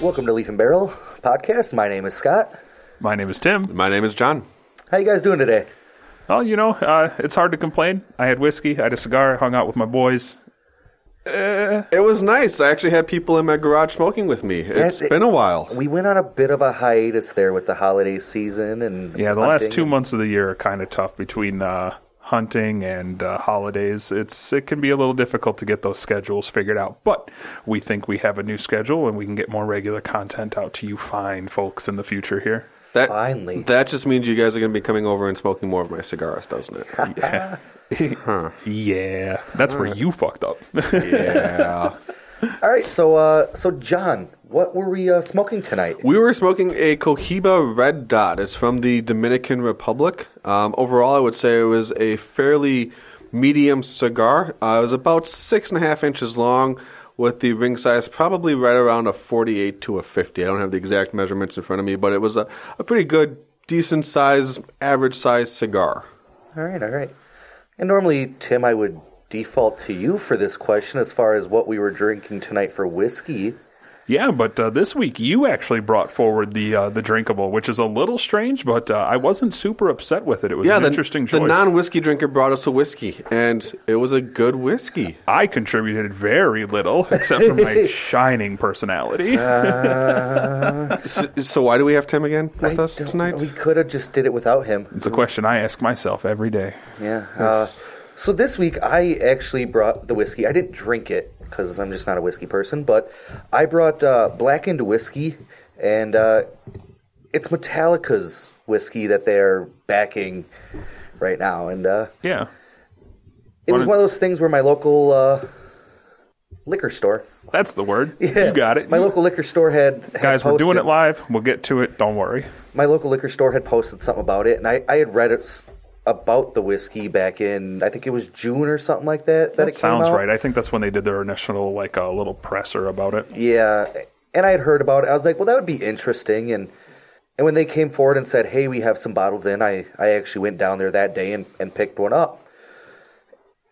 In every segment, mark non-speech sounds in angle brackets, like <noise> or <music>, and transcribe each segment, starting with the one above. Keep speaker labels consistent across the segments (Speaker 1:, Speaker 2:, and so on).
Speaker 1: to Leaf and Barrel podcast. My name is Scott.
Speaker 2: My name is Tim.
Speaker 3: My name is John.
Speaker 1: How you guys doing today?
Speaker 2: Oh, you know, uh, it's hard to complain. I had whiskey, I had a cigar, hung out with my boys.
Speaker 3: It was nice. I actually had people in my garage smoking with me. It's
Speaker 1: it-
Speaker 3: been a while.
Speaker 1: We went on a bit of a hiatus there with the holiday season and
Speaker 2: Yeah, the
Speaker 1: hunting.
Speaker 2: last two months of the year are kind of tough between uh, hunting and uh, holidays. It's it can be a little difficult to get those schedules figured out, but we think we have a new schedule and we can get more regular content out to you fine folks in the future here.
Speaker 3: That,
Speaker 1: Finally.
Speaker 3: That just means you guys are going to be coming over and smoking more of my cigars, doesn't it?
Speaker 1: <laughs>
Speaker 2: Yeah, that's where you fucked up. <laughs>
Speaker 3: yeah.
Speaker 1: All right, so uh, so John, what were we uh, smoking tonight?
Speaker 3: We were smoking a Cohiba Red Dot. It's from the Dominican Republic. Um, overall, I would say it was a fairly medium cigar. Uh, it was about six and a half inches long, with the ring size probably right around a 48 to a 50. I don't have the exact measurements in front of me, but it was a, a pretty good, decent size, average size cigar.
Speaker 1: All right, all right. And normally, Tim, I would default to you for this question as far as what we were drinking tonight for whiskey.
Speaker 2: Yeah, but uh, this week you actually brought forward the uh, the drinkable, which is a little strange, but uh, I wasn't super upset with it. It was an
Speaker 3: the,
Speaker 2: interesting
Speaker 3: the
Speaker 2: choice.
Speaker 3: non whiskey drinker brought us a whiskey, and it was a good whiskey.
Speaker 2: I contributed very little <laughs> except
Speaker 1: <laughs>
Speaker 2: for my shining personality.
Speaker 1: Uh,
Speaker 3: so, so why do we have Tim again with
Speaker 1: I
Speaker 3: us
Speaker 1: don't
Speaker 3: tonight?
Speaker 1: know, We could have just did it without him.
Speaker 2: it's a question I ask myself every day.
Speaker 1: Yeah. Uh, so this week, I actually brought the whiskey. I didn't drink it because I'm just not a whiskey person, but I brought uh, blackened whiskey, and uh, it's Metallica's whiskey that they're backing right now. And uh,
Speaker 2: Yeah.
Speaker 1: it was
Speaker 2: did-
Speaker 1: one of those things where my local uh, liquor store.
Speaker 2: That's the word. You got
Speaker 1: <laughs>
Speaker 2: it.
Speaker 1: My local liquor store had, had
Speaker 2: Guys, we're doing
Speaker 1: posted-
Speaker 2: it live. We'll get to it. Don't worry.
Speaker 1: my local liquor store had posted something about it, and I, I had read it about the whiskey back in I think it was June or something like that. That, it
Speaker 2: That
Speaker 1: came
Speaker 2: sounds
Speaker 1: out.
Speaker 2: right. I think that's when they did their initial like uh, little presser about it.
Speaker 1: Yeah, and I had heard about it. I was like, well, that would be interesting. And and when they came forward and said, hey, we have some bottles in, I I actually went down there that day and, and picked one up.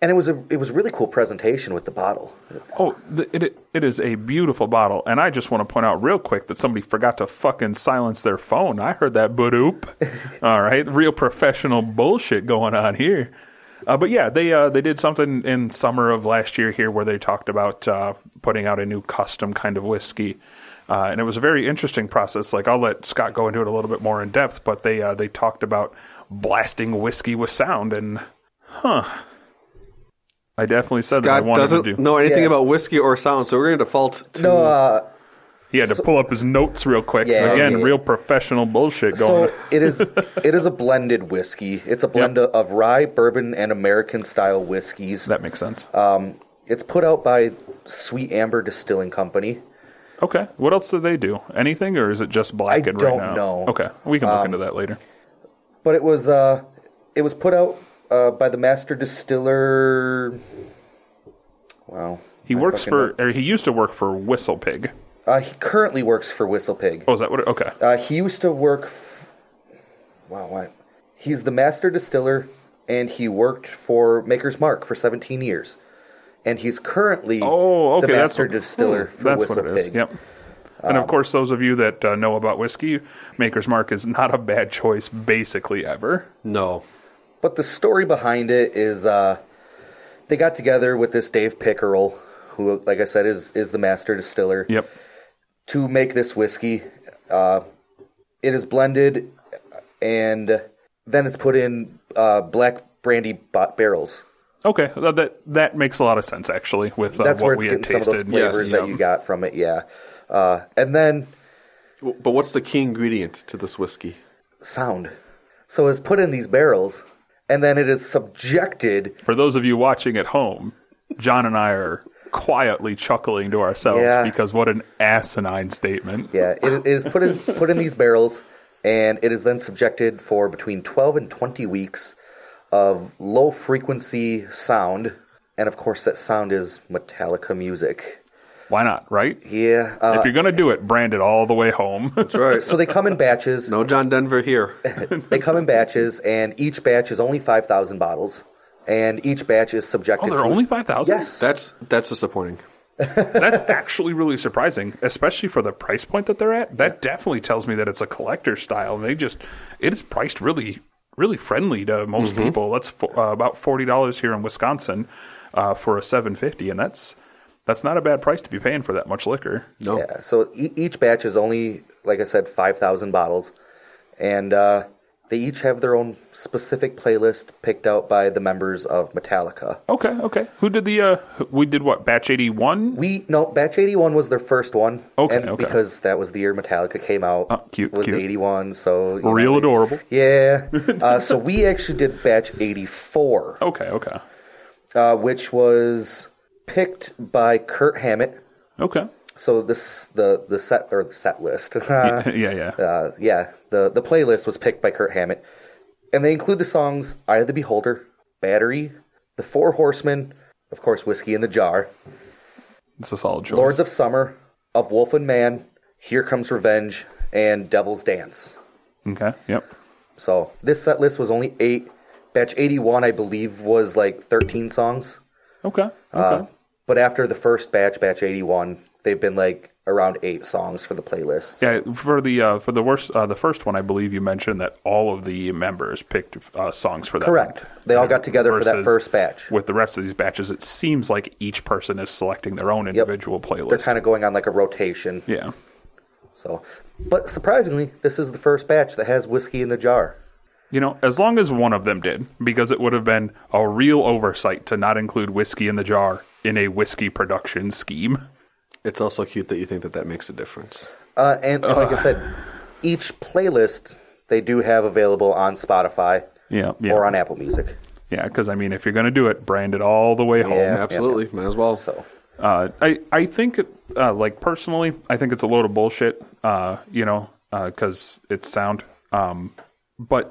Speaker 1: And it was a it was a really cool presentation with the bottle.
Speaker 2: Oh, th- it it is a beautiful bottle, and I just want to point out real quick that somebody forgot to fucking silence their phone. I heard that
Speaker 3: <laughs>
Speaker 2: boop. All right, real professional bullshit going on here. Uh, but yeah, they uh, they did something in summer of last year here where they talked about uh, putting out a new custom kind of whiskey, uh, and it was a very interesting process. Like I'll let Scott go into it a little bit more in depth, but they uh, they talked about blasting whiskey with sound, and huh, I definitely said that I
Speaker 3: Scott
Speaker 2: wanted
Speaker 3: doesn't
Speaker 2: to do.
Speaker 3: know anything
Speaker 1: Yeah.
Speaker 3: about whiskey or sound, so we're going to default to.
Speaker 1: No, uh,
Speaker 2: He had to pull up his notes real quick.
Speaker 1: Yeah,
Speaker 2: Again,
Speaker 1: okay.
Speaker 2: real professional bullshit going.
Speaker 1: so it is it is a blended whiskey. It's a blend of rye, bourbon, and American style whiskeys.
Speaker 2: that makes sense.
Speaker 1: uh, It's put out by Sweet Amber Distilling Company.
Speaker 2: okay. What else do they do? Anything, or is it just black and right
Speaker 1: don't
Speaker 2: now?
Speaker 1: know. Um,
Speaker 2: Okay, we can look into that later.
Speaker 1: but it was uh, it was put out uh, by the master distiller. Wow,
Speaker 2: He
Speaker 1: I
Speaker 2: works
Speaker 1: fucking
Speaker 2: for,
Speaker 1: don't-
Speaker 2: or he used to work for Whistle Pig.
Speaker 1: Uh, he currently works for Whistle Pig.
Speaker 2: Oh, is that what? It, okay.
Speaker 1: Uh, he used to work. F- wow, what? He's the master distiller, and he worked for Maker's Mark for 17 years, and he's currently
Speaker 2: Oh, okay.
Speaker 1: the
Speaker 2: that's
Speaker 1: master
Speaker 2: what-
Speaker 1: distiller
Speaker 2: hmm,
Speaker 1: for
Speaker 2: that's
Speaker 1: Whistle
Speaker 2: what it is.
Speaker 1: Pig. Um,
Speaker 2: Yep. And of course, those of you that uh, know about whiskey, Maker's Mark is not a bad choice, basically ever.
Speaker 3: No.
Speaker 1: But the story behind it is uh, they got together with this Dave Pickerel, who, like I said, is is the master distiller.
Speaker 2: Yep.
Speaker 1: to make this whiskey. Uh, it is blended and then it's put in uh, black brandy bo- barrels.
Speaker 2: Okay, that, that that makes a lot of sense actually. With uh,
Speaker 1: That's where
Speaker 2: what
Speaker 1: it's
Speaker 2: we
Speaker 1: getting
Speaker 2: had
Speaker 1: some of those
Speaker 2: tasted, Yes.
Speaker 1: flavors
Speaker 3: yeah.
Speaker 1: that you got from it, yeah. Uh, and then
Speaker 3: W- But what's the key ingredient to this whiskey?
Speaker 1: sound. So it's put in these barrels and then it is subjected.
Speaker 2: for those of you watching at home, John and I are quietly chuckling to ourselves
Speaker 1: Yeah.
Speaker 2: because what an asinine statement.
Speaker 1: Yeah, it, it is put in, <laughs> put in these barrels and it is then subjected for between 12 and 20 weeks of low frequency sound. And of course, that sound is Metallica music.
Speaker 2: Why not, right?
Speaker 1: Yeah. Uh,
Speaker 2: if you're going to do it, brand it all the way home.
Speaker 3: That's right.
Speaker 1: so they come in
Speaker 2: <laughs>
Speaker 1: batches.
Speaker 3: no John Denver here.
Speaker 1: They come in batches, and each batch is only five thousand bottles, and each batch is subjected.
Speaker 2: oh, they're
Speaker 1: to
Speaker 2: only 5,000?
Speaker 1: yes.
Speaker 3: That's that's disappointing.
Speaker 2: <laughs> That's actually really surprising, especially for the price point that they're at. That definitely tells me that it's a collector style. They just it is priced really, really friendly to most
Speaker 1: Mm-hmm.
Speaker 2: people. That's fo- uh, about forty dollars here in Wisconsin uh, for a seven fifty, and that's that's not a bad price to be paying for that much liquor.
Speaker 3: No.
Speaker 1: Yeah. So e- each batch is only, like I said, five thousand bottles, and uh, they each have their own specific playlist picked out by the members of Metallica.
Speaker 2: Okay, okay. Who did the? Uh, we did what? Batch eighty one.
Speaker 1: We no batch eighty one was their first one.
Speaker 2: Okay,
Speaker 1: and
Speaker 2: okay.
Speaker 1: Because that was the year Metallica came out.
Speaker 2: Oh, cute,
Speaker 1: Was
Speaker 2: cute.
Speaker 1: eighty one. So you know,
Speaker 2: Real
Speaker 1: they-
Speaker 2: adorable. <laughs>
Speaker 1: Yeah. uh, so we actually did batch eighty four.
Speaker 2: Okay, okay,
Speaker 1: uh, which was picked by Kurt Hammett.
Speaker 2: okay. <laughs>
Speaker 1: So this the the set or the set list. <laughs> Uh,
Speaker 2: yeah, yeah.
Speaker 1: uh, yeah, the the playlist was picked by Kurt Hammett, and they include the songs "Eye of the Beholder," "Battery," "The Four Horsemen," of course, "Whiskey in the Jar,"
Speaker 2: It's a solid choice.
Speaker 1: "Lords of Summer," "Of Wolf and Man," "Here Comes Revenge," and "Devil's Dance."
Speaker 2: okay. Yep.
Speaker 1: So this set list was only eight. Batch eighty one, I believe, was like thirteen songs.
Speaker 2: Okay. Okay.
Speaker 1: Uh, But after the first batch, batch 81, they've been like around eight songs for the playlist.
Speaker 2: Yeah, for the uh, for the worst uh, the first one, I believe you mentioned that all of the members picked uh, songs for that.
Speaker 1: Correct.
Speaker 2: one.
Speaker 1: They all got together for that
Speaker 2: Versus
Speaker 1: first batch.
Speaker 2: With the rest of these batches, it seems like each person is selecting their own individual
Speaker 1: They're
Speaker 2: playlist.
Speaker 1: kind of going on like a rotation.
Speaker 2: yeah.
Speaker 1: So, but surprisingly, this is the first batch that has whiskey in the jar.
Speaker 2: You know, as long as one of them did, because it would have been a real oversight to not include whiskey in the jar in a whiskey production scheme.
Speaker 3: It's also cute that you think that that makes a difference.
Speaker 1: Uh, and, and like I said, each playlist they do have available on Spotify
Speaker 2: Yeah, yeah.
Speaker 1: or on Apple Music.
Speaker 2: Yeah, because I mean, if you're going to do it, brand it all the way home.
Speaker 1: Yeah.
Speaker 3: Absolutely. Might as well.
Speaker 1: So,
Speaker 2: Uh, I I think uh, like personally, I think it's a load of bullshit. Uh, you know, because it's sound. Um, but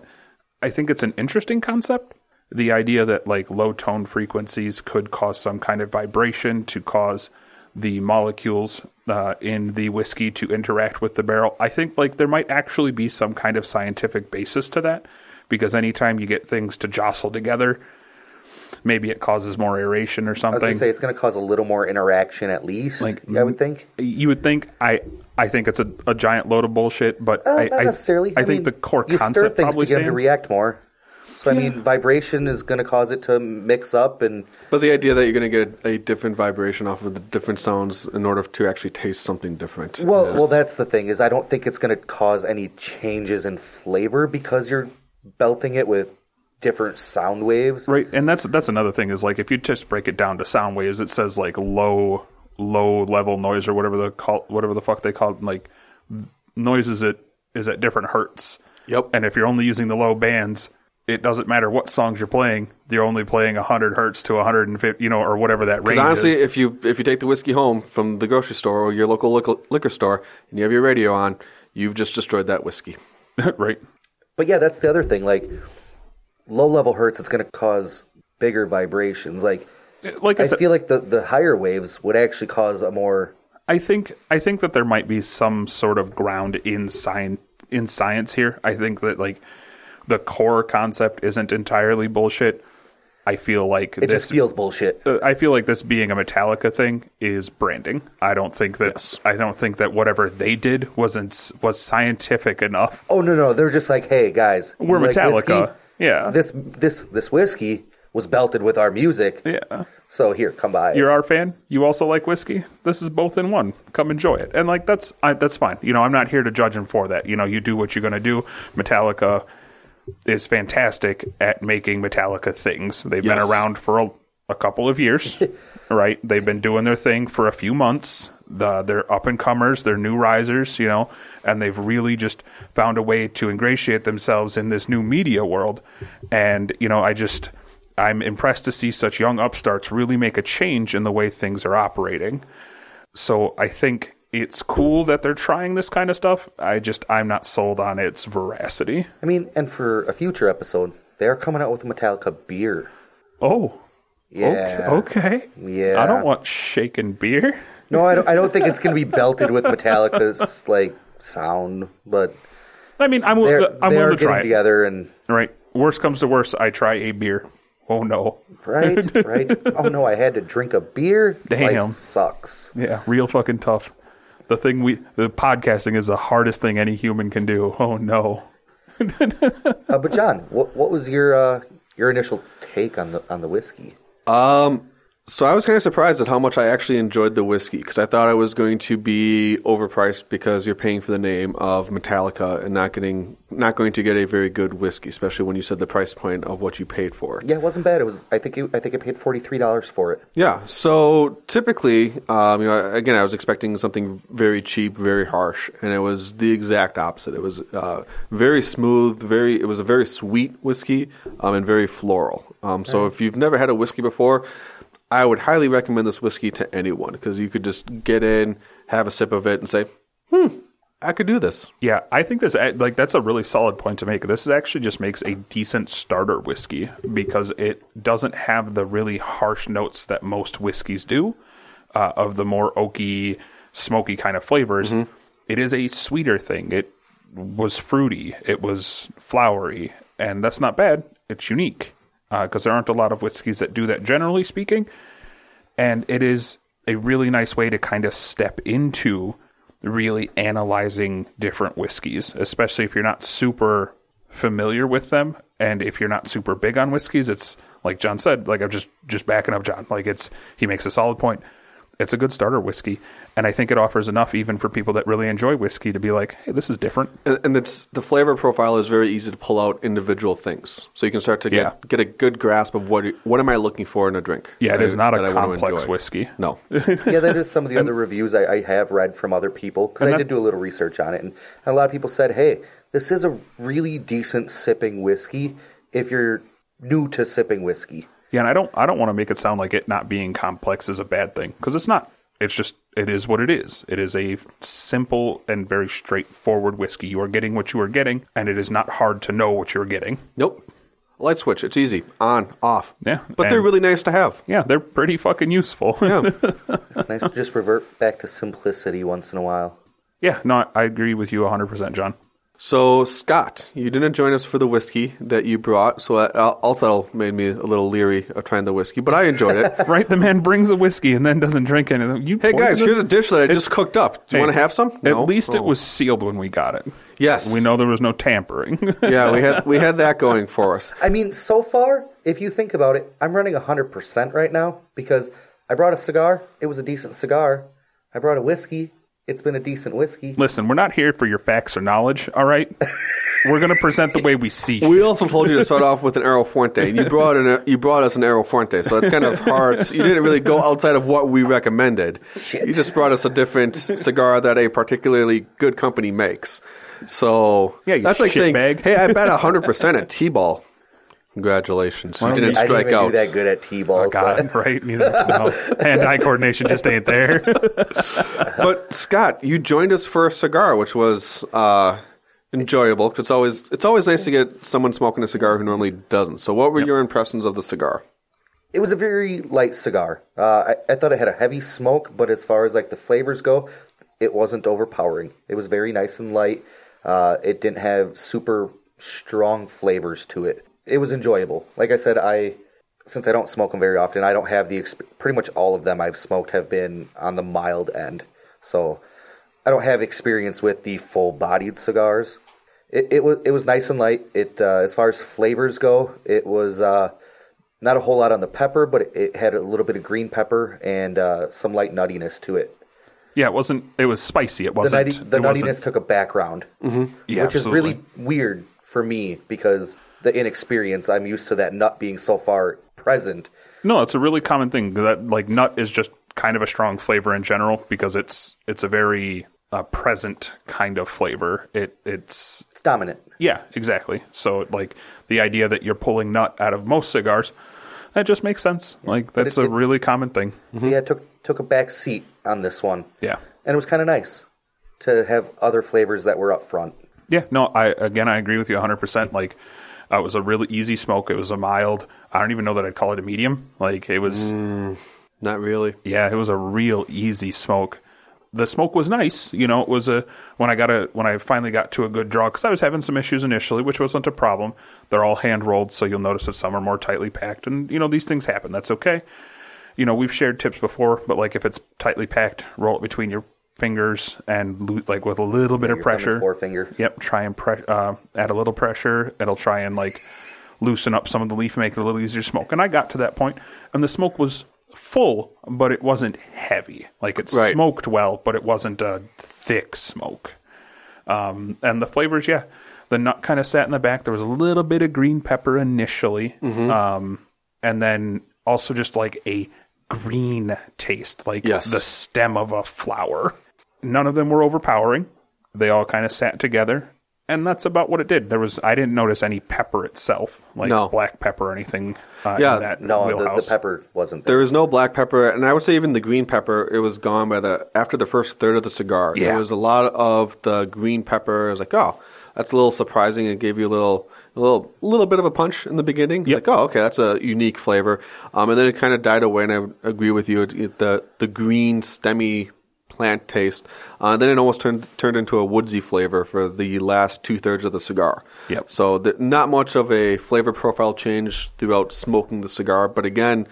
Speaker 2: I think it's an interesting concept. The idea that like low tone frequencies could cause some kind of vibration to cause the molecules uh, in the whiskey to interact with the barrel. I think like there might actually be some kind of scientific basis to that because anytime you get things to jostle together, maybe it causes more aeration
Speaker 1: I
Speaker 2: or
Speaker 1: was going
Speaker 2: something
Speaker 1: to say it's going to cause a little more interaction at least,
Speaker 2: Like,
Speaker 1: I would think.
Speaker 2: you would think I I think it's a, a giant load of bullshit, but
Speaker 1: Uh,
Speaker 2: I,
Speaker 1: not
Speaker 2: I,
Speaker 1: necessarily.
Speaker 2: I, think
Speaker 1: mean,
Speaker 2: the core
Speaker 1: you
Speaker 2: concept
Speaker 1: stir things
Speaker 2: probably
Speaker 1: together
Speaker 2: stands.
Speaker 1: to react more. So I mean, vibration is going to cause it to mix up, and
Speaker 3: But the idea that you're going to get a different vibration off of the different sounds in order to actually taste something different.
Speaker 1: well,
Speaker 3: is-
Speaker 1: well, that's the thing is I don't think it's going to cause any changes in flavor because you're belting it with different sound waves.
Speaker 2: Right, and that's that's another thing is like if you just break it down to sound waves, it says like low low level noise or whatever the call whatever the fuck they call it. Like noise is at is at different hertz.
Speaker 3: Yep.
Speaker 2: And if you're only using the low bands, it doesn't matter what songs you're playing. You're only playing 100 hertz to 150, you know, or whatever that range
Speaker 3: 'Cause honestly,
Speaker 2: is.
Speaker 3: if you if you take the whiskey home from the grocery store or your local liquor, liquor store and you have your radio on, you've just destroyed that whiskey.
Speaker 2: <laughs> right.
Speaker 1: But yeah, that's the other thing. Like low level hertz, it's going to cause bigger vibrations. Like
Speaker 2: Like I,
Speaker 1: I
Speaker 2: said,
Speaker 1: feel like the the higher waves would actually cause a more
Speaker 2: I think I think that there might be some sort of ground in science in science here. I think that like the core concept isn't entirely bullshit. I feel like
Speaker 1: it
Speaker 2: this
Speaker 1: just feels bullshit.
Speaker 2: uh, I feel like this being a Metallica thing is branding. I don't think that I don't think that whatever they did wasn't was scientific enough.
Speaker 1: Oh no, no, they're just like, hey guys, you
Speaker 2: We're
Speaker 1: like
Speaker 2: Metallica.
Speaker 1: whiskey?
Speaker 2: Yeah.
Speaker 1: This this this whiskey was belted with our music.
Speaker 2: Yeah.
Speaker 1: So here, come by.
Speaker 2: you're our fan. You also like whiskey. This is both in one. Come enjoy it. And like that's I, that's fine. You know, I'm not here to judge him for that. You know, you do what you're gonna do. Metallica is fantastic at making Metallica things. They've
Speaker 3: Yes.
Speaker 2: been around for a, a couple of years, right? They've been doing their thing for a few months. The, they're up and comers, they're new risers, you know, and they've really just found a way to ingratiate themselves in this new media world. And, you know, I just, I'm impressed to see such young upstarts really make a change in the way things are operating. So I think it's cool that they're trying this kind of stuff. I just, I'm not sold on its veracity.
Speaker 1: I mean, and for a future episode, they are coming out with a Metallica beer.
Speaker 2: Oh,
Speaker 1: Yeah.
Speaker 2: Okay.
Speaker 1: Yeah.
Speaker 2: I don't want shaken beer.
Speaker 1: No, I don't, I don't think it's going to be belted with Metallica's like sound, but
Speaker 2: I mean, I'm
Speaker 1: they're
Speaker 2: willing. I'm
Speaker 1: they are
Speaker 2: willing to
Speaker 1: getting
Speaker 2: try it.
Speaker 1: together and
Speaker 2: Right. Worst comes to worst, I try a beer. oh no.
Speaker 1: Right,
Speaker 2: <laughs>
Speaker 1: right. Oh no, I had to drink a beer.
Speaker 2: Damn.
Speaker 1: Life sucks.
Speaker 2: Yeah, real fucking tough. The thing we, the podcasting is the hardest thing any human can do. Oh no.
Speaker 1: Uh, but John, what what was your uh, your initial take on the on the whiskey?
Speaker 3: So I was kind of surprised at how much I actually enjoyed the whiskey because I thought it was going to be overpriced because you're paying for the name of Metallica and not getting not going to get a very good whiskey, especially when you said the price point of what you paid for.
Speaker 1: Yeah, it wasn't bad. It was. I think it, I think I paid forty three dollars for it.
Speaker 3: Yeah. So typically, um, you know, again, I was expecting something very cheap, very harsh, and it was the exact opposite. It was uh, very smooth, very. It was a very sweet whiskey, um, and very floral. Um, so if you've never had a whiskey before, I would highly recommend this whiskey to anyone because you could just get in, have a sip of it, and say, "Hmm, I could do this."
Speaker 2: Yeah, I think this eh, like that's a really solid point to make. This is actually just makes a decent starter whiskey because it doesn't have the really harsh notes that most whiskeys do uh, of the more oaky, smoky kind of flavors. It is a sweeter thing. It was fruity. It was flowery, and that's not bad. It's unique because there aren't a lot of whiskeys that do that, generally speaking and it is a really nice way to kind of step into really analyzing different whiskeys, especially if you're not super familiar with them and if you're not super big on whiskeys, it's like John said, like I'm just just backing up John. Like it's he makes a solid point. It's a good starter whiskey, and I think it offers enough even for people that really enjoy whiskey to be like, "Hey, this is different."
Speaker 3: And, and it's, the flavor profile is very easy to pull out individual things, so you can start to get,
Speaker 2: Yeah.
Speaker 3: get a good grasp of what what am I looking for in a drink.
Speaker 2: Yeah, it
Speaker 3: that
Speaker 2: is
Speaker 3: I-
Speaker 2: not
Speaker 3: that
Speaker 2: a
Speaker 3: I want to
Speaker 2: complex
Speaker 3: enjoy.
Speaker 2: whiskey.
Speaker 3: No, <laughs>
Speaker 1: Yeah, that is some of the other reviews I, I have read from other people because I did do a little research on it, and a lot of people said, "Hey, this is a really decent sipping whiskey if you're new to sipping whiskey."
Speaker 2: Yeah, and I don't I don't want to make it sound like it not being complex is a bad thing because it's not. It's just it is what it is. It is a simple and very straightforward whiskey. You are getting what you are getting, and it is not hard to know what you're getting.
Speaker 3: nope. Light switch. It's easy. On, off.
Speaker 2: Yeah,
Speaker 3: but
Speaker 2: and-
Speaker 3: they're really nice to have.
Speaker 2: Yeah, they're pretty fucking useful. <laughs> Yeah,
Speaker 1: It's nice to just revert back to simplicity once in a while.
Speaker 2: no, I agree with you 100%, John.
Speaker 3: <laughs> So Scott, you didn't join us for the whiskey that you brought, so that uh, also made me a little leery of trying the whiskey, but I
Speaker 2: <laughs>
Speaker 3: enjoyed it.
Speaker 2: Right, the man brings a whiskey and then doesn't drink anything. You
Speaker 3: hey guys,
Speaker 2: poisonous-
Speaker 3: here's a dish that I just cooked up. Do you
Speaker 2: Hey,
Speaker 3: want to have some? No?
Speaker 2: At least it
Speaker 3: Oh.
Speaker 2: was sealed when we got it.
Speaker 3: Yes,
Speaker 2: We know there was no tampering. <laughs>
Speaker 3: yeah, we had we had that going for us.
Speaker 1: I mean, so far, if you think about it, I'm running 100% right now because I brought a cigar. It was a decent cigar. I brought a whiskey. It's been a decent whiskey.
Speaker 2: Listen, we're not here for your facts or knowledge, all right? we're going to present the way we
Speaker 3: <laughs>
Speaker 2: see.
Speaker 3: We also told you to start off with an Aero Fuente, and you brought an, you brought us an Aero Fuente, so that's kind of hard. You didn't really go outside of what we recommended.
Speaker 1: Shit.
Speaker 3: You just brought us a different cigar that a particularly good company makes. So
Speaker 2: Yeah, you
Speaker 3: that's like
Speaker 2: shit
Speaker 3: saying,
Speaker 2: bag.
Speaker 3: "Hey, I bet hundred percent at T-ball." Congratulations, you didn't
Speaker 1: I didn't
Speaker 3: strike
Speaker 1: even
Speaker 3: out.
Speaker 1: do that good at T-ball. so-
Speaker 2: Oh, God, <laughs> right? Neither no. hand-eye coordination just ain't there.
Speaker 3: But Scott, you joined us for a cigar, which was. Uh, Enjoyable because it's always it's always nice to get someone smoking a cigar who normally doesn't. So, what were your impressions of the cigar?
Speaker 1: It was a very light cigar. Uh, I, I thought it had a heavy smoke, but as far as like the flavors go, it wasn't overpowering. It was very nice and light. Uh, it didn't have super strong flavors to it. It was enjoyable. Like I said, I since I don't smoke them very often, I don't have the exp- pretty much all of them I've smoked have been on the mild end. So I don't have experience with the full-bodied cigars. It, it was it was nice and light. It uh, as far as flavors go, it was. Uh, not a whole lot on the pepper, but it, it had a little bit of green pepper and uh, some light nuttiness to it.
Speaker 2: <laughs> Yeah, it wasn't. It was spicy. It
Speaker 1: The,
Speaker 2: wasn't.
Speaker 1: nutty, the
Speaker 2: it wasn't-
Speaker 1: nuttiness took a background, mm-hmm.
Speaker 2: Yeah,
Speaker 1: which is really weird for me because the inexperience. I'm used to that nut being so far present.
Speaker 2: No, it's a really common thing that like nut is just kind of a strong flavor in general because it's it's a very uh, present kind of flavor. It it's
Speaker 1: It's dominant.
Speaker 2: yeah exactly. So like the idea that you're pulling nut out of most cigars, that just makes sense. Like that's
Speaker 1: it-
Speaker 2: a
Speaker 1: it-
Speaker 2: really common thing.
Speaker 1: Yeah, it took took a back seat on this one.
Speaker 2: Hmm? Yeah.
Speaker 1: and it was kind of nice to have other flavors that were up front.
Speaker 2: Yeah, no, I again I agree with you 100%. Like uh, it was a really easy smoke. It was a mild. I don't even know that I'd call it a
Speaker 1: Mm.
Speaker 2: medium. Like it was
Speaker 3: Not really.
Speaker 2: yeah, it was a real easy smoke. the smoke was nice. You know, it was a when I got a when I finally got to a good draw because I was having some issues initially, which wasn't a problem. They're all hand rolled, so you'll notice that some are more tightly packed, and you know these things happen. That's okay. You know, we've shared tips before, but like if it's tightly packed, roll it between your fingers and lo- like with a little bit of
Speaker 1: Your thumb and
Speaker 2: pressure.
Speaker 1: forefinger.
Speaker 2: Yep, try and pre- uh, add a little pressure. It'll try and like loosen up some of the leaf, make it a little easier to smoke. And I got to that point, and the smoke was full, but it wasn't heavy. Like it
Speaker 3: Right.
Speaker 2: smoked well, but it wasn't a thick smoke. Um, and the flavors, yeah, the nut kind of sat in the back. There was a little bit of green pepper initially,
Speaker 3: Mm-hmm.
Speaker 2: um, and then also just like a green taste, like
Speaker 3: Yes.
Speaker 2: the stem of a flower. None of them were overpowering. They all kind of sat together, and that's about what it did. There was I didn't notice any pepper itself, like
Speaker 3: No.
Speaker 2: black pepper or anything. Uh,
Speaker 3: Yeah,
Speaker 2: in that
Speaker 1: No, the, the
Speaker 2: wheelhouse.
Speaker 1: pepper wasn't there.
Speaker 3: There was no black pepper, and I would say even the green pepper. It was gone by the after the first third of the cigar.
Speaker 2: Yeah.
Speaker 3: There was a lot of the green pepper. I was like, oh, that's a little surprising. It gave you a little, a little, little bit of a punch in the beginning. It's
Speaker 2: Yep.
Speaker 3: Like, oh, okay, that's a unique flavor. Um, and then it kind of died away. And I would agree with you. It, it- the the green stemmy plant taste. Uh, then it almost turned turned into a woodsy flavor for the last two thirds of the cigar.
Speaker 2: Yep.
Speaker 3: So th not much of a flavor profile change throughout smoking the cigar. But again.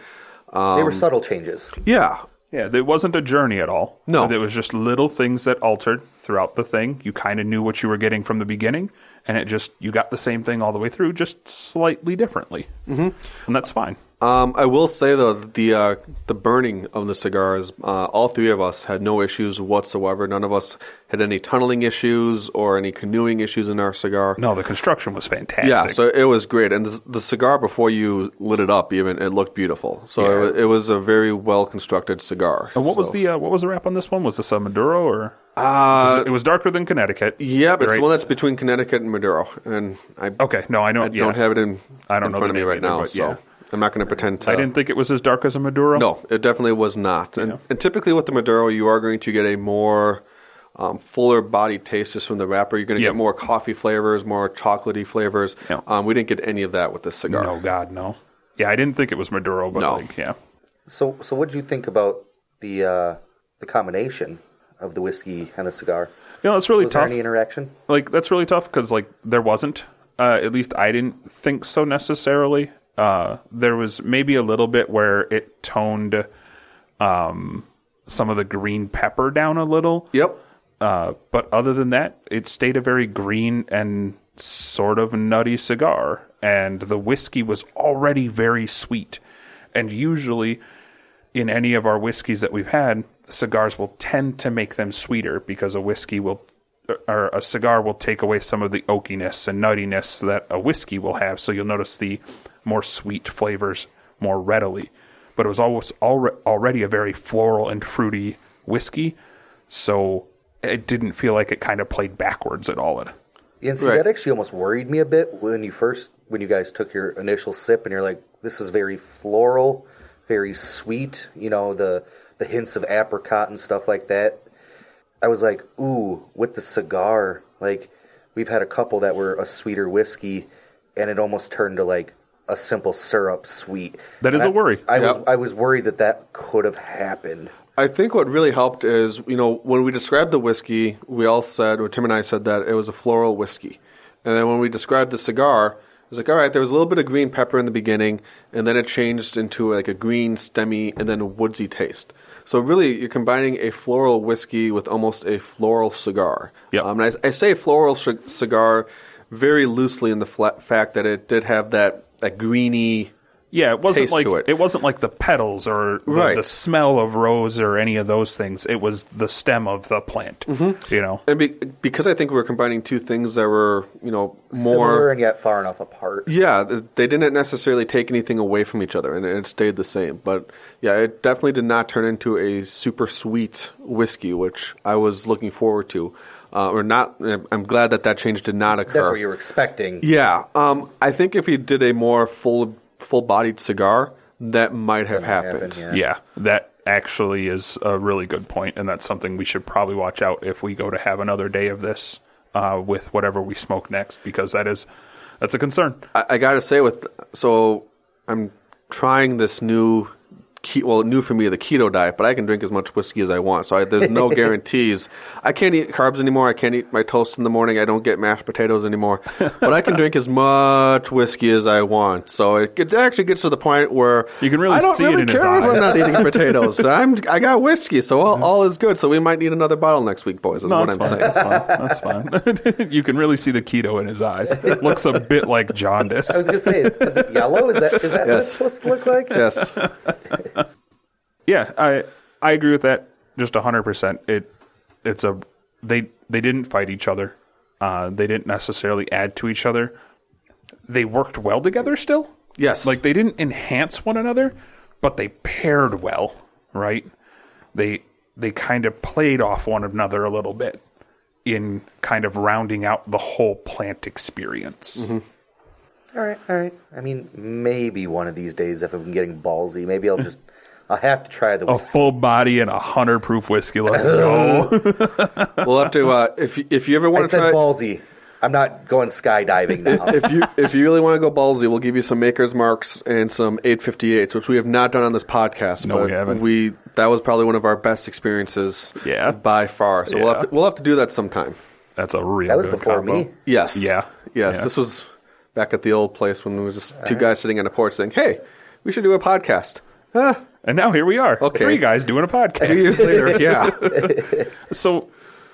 Speaker 1: they
Speaker 2: um,
Speaker 1: were subtle changes.
Speaker 3: Yeah.
Speaker 2: Yeah, it wasn't a journey at all.
Speaker 3: No.
Speaker 2: It was just little things that altered throughout the thing. You kind of knew what you were getting from the beginning, and it just, you got the same thing all the way through, just slightly differently. Mm-hmm. And that's fine.
Speaker 3: Um, I will say though that the uh, the burning of the cigars, uh, all three of us had no issues whatsoever. None of us had any tunneling issues or any canoeing issues in our cigar.
Speaker 2: No, the construction was fantastic.
Speaker 3: Yeah, so it was great, and the, the cigar before you lit it up, even it looked beautiful. So it, wa- it was a very well constructed cigar.
Speaker 2: And what was
Speaker 3: So-
Speaker 2: the uh, what was the wrap on this one? Was this a Maduro or?
Speaker 3: Uh,
Speaker 2: it was darker than Connecticut.
Speaker 3: Yep, it's
Speaker 2: right?
Speaker 3: the one that's between Connecticut and Maduro, and I
Speaker 2: Okay, no, I know.
Speaker 3: I don't have it in
Speaker 2: Oh, I don't
Speaker 3: in
Speaker 2: know
Speaker 3: front
Speaker 2: the
Speaker 3: of me
Speaker 2: name
Speaker 3: right
Speaker 2: either,
Speaker 3: now,
Speaker 2: but
Speaker 3: so
Speaker 2: yeah.
Speaker 3: I'm not going to pretend. To,
Speaker 2: I didn't think it was as dark as a Maduro.
Speaker 3: No, it definitely was not. And,
Speaker 2: know.
Speaker 3: and typically with the Maduro, you are going to get a more um, fuller body taste just from the wrapper. You're going to
Speaker 2: Yeah.
Speaker 3: get more coffee flavors, more chocolatey flavors.
Speaker 2: Yeah.
Speaker 3: Um, we didn't get any of that with this cigar.
Speaker 2: no, God, no. Yeah, I didn't think it was Maduro, but
Speaker 3: No.
Speaker 2: like, yeah,
Speaker 1: So, so what did you think about the uh, the combination of the whiskey and the cigar?
Speaker 2: you know, it's really
Speaker 1: Was there
Speaker 2: tough.
Speaker 1: any interaction?
Speaker 2: like that's really tough because like there wasn't uh, at least i didn't think so necessarily uh, there was maybe a little bit where it toned um, some of the green pepper down a little
Speaker 3: Yep.
Speaker 2: uh, but other than that it stayed a very green and sort of nutty cigar and the whiskey was already very sweet and usually in any of our whiskeys that we've had, cigars will tend to make them sweeter because a whiskey will or a cigar will take away some of the oakiness and nuttiness that a whiskey will have. So you'll notice the more sweet flavors more readily. But it was almost alre- already a very floral and fruity whiskey, so it didn't feel like it kind of played backwards at all. It
Speaker 1: And see,
Speaker 3: Right.
Speaker 1: that actually almost worried me a bit when you first, when you guys took your initial sip, and you're like, "This is very floral, very sweet." You know, the the hints of apricot and stuff like that. I was like, "Ooh, with the cigar." Like, we've had a couple that were a sweeter whiskey, and it almost turned to like a simple syrup sweet.
Speaker 2: That is
Speaker 1: And
Speaker 2: a worry.
Speaker 1: I, I
Speaker 3: Yep.
Speaker 1: was I was worried that that could have happened.
Speaker 3: I think what really helped is, you know, when we described the whiskey, we all said, or Tim and I said that it was a floral whiskey. And then when we described the cigar, it was like, all right, there was a little bit of green pepper in the beginning, and then it changed into like a green, stemmy, and then a woodsy taste. So really, you're combining a floral whiskey with almost a floral cigar.
Speaker 2: Yep.
Speaker 3: Um, and I, I say floral c- cigar very loosely in the fla- fact that it did have that, that greeny
Speaker 2: Yeah, it wasn't
Speaker 3: taste
Speaker 2: like
Speaker 3: to
Speaker 2: it.
Speaker 3: it.
Speaker 2: wasn't like the petals or the,
Speaker 3: Right.
Speaker 2: the smell of rose or any of those things. It was the stem of the plant. You know,
Speaker 3: And be, because I think we were combining two things that were, you know,
Speaker 1: Similar
Speaker 3: more.
Speaker 1: and yet far enough apart.
Speaker 3: Yeah, th- they didn't necessarily take anything away from each other, and it stayed the same. But yeah, it definitely did not turn into a super sweet whiskey, which I was looking forward to, uh, or not. I'm glad that that change did not occur.
Speaker 1: That's what you were expecting.
Speaker 3: Yeah, um, I think if he did a more full, full-bodied cigar, that might have
Speaker 1: happened,
Speaker 3: happened.
Speaker 1: yeah.
Speaker 2: yeah, that actually is a really good point, and that's something we should probably watch out if we go to have another day of this uh, with whatever we smoke next, because that is that's a concern.
Speaker 3: I, I gotta say with so I'm trying this new ke- well new for me the keto diet, but I can drink as much whiskey as I want. So I,
Speaker 2: <laughs>
Speaker 3: there's no guarantees. I can't eat carbs anymore. I can't eat my toast in the morning. I don't get mashed
Speaker 2: <laughs>
Speaker 3: potatoes anymore. but I can drink as much whiskey as I want. So it, it actually gets to the point where
Speaker 2: You can really
Speaker 3: I don't
Speaker 2: see it
Speaker 3: really
Speaker 2: in his
Speaker 3: care if
Speaker 2: eyes. <laughs>
Speaker 3: I'm not eating potatoes. I'm I got whiskey, so all, all is good. So we might need another bottle next week, boys. Is
Speaker 2: No,
Speaker 3: what
Speaker 2: that's
Speaker 3: I'm
Speaker 2: fine.
Speaker 3: saying.
Speaker 2: That's fine. That's fine. <laughs> you can really see the keto in his eyes. It looks a bit like jaundice.
Speaker 3: <laughs>
Speaker 1: I was gonna say, is, is it yellow? Is that is that what
Speaker 3: Yes.
Speaker 1: it's supposed to look like?
Speaker 3: Yes.
Speaker 2: <laughs> yeah, I I agree with that just hundred percent. It it's a they they didn't fight each other. Uh, they didn't necessarily add to each other. They worked well together still.
Speaker 3: Yes.
Speaker 2: Like they didn't enhance one another, but they paired well, right? They they kind of played off one another a little bit in kind of rounding out the whole plant experience.
Speaker 1: All right, all right. I mean, maybe one of these days, if I'm getting ballsy, maybe I'll just I'll have to try the
Speaker 3: Oh,
Speaker 2: A
Speaker 1: whiskey.
Speaker 2: full body and a hundred proof whiskey.
Speaker 1: <laughs>
Speaker 2: Let's
Speaker 3: <laughs>
Speaker 2: go.
Speaker 3: We'll have to uh, if if you ever
Speaker 1: I
Speaker 3: want to
Speaker 1: said
Speaker 3: try.
Speaker 1: ballsy. I'm not going skydiving now.
Speaker 3: if you if you really want to go ballsy, we'll give you some makers marks and some 858s, which we have not done on this podcast.
Speaker 2: No,
Speaker 3: but
Speaker 2: we haven't.
Speaker 3: We that was probably one of our best experiences.
Speaker 2: Yeah.
Speaker 3: by far. So we'll
Speaker 2: Yeah.
Speaker 3: have to, we'll have to do that sometime.
Speaker 2: That's a real.
Speaker 1: That was
Speaker 2: good
Speaker 1: before
Speaker 2: combo.
Speaker 1: me.
Speaker 3: Yes.
Speaker 2: Yeah.
Speaker 3: Yes.
Speaker 2: Yeah.
Speaker 3: This was back at the old place when we were just two guys sitting on a porch saying, "Hey, we should do a podcast." Ah,
Speaker 2: And now here we are,
Speaker 3: Okay.
Speaker 2: three guys doing a
Speaker 1: <laughs>
Speaker 3: two
Speaker 2: podcast.
Speaker 3: <laughs> years later, yeah.
Speaker 2: so,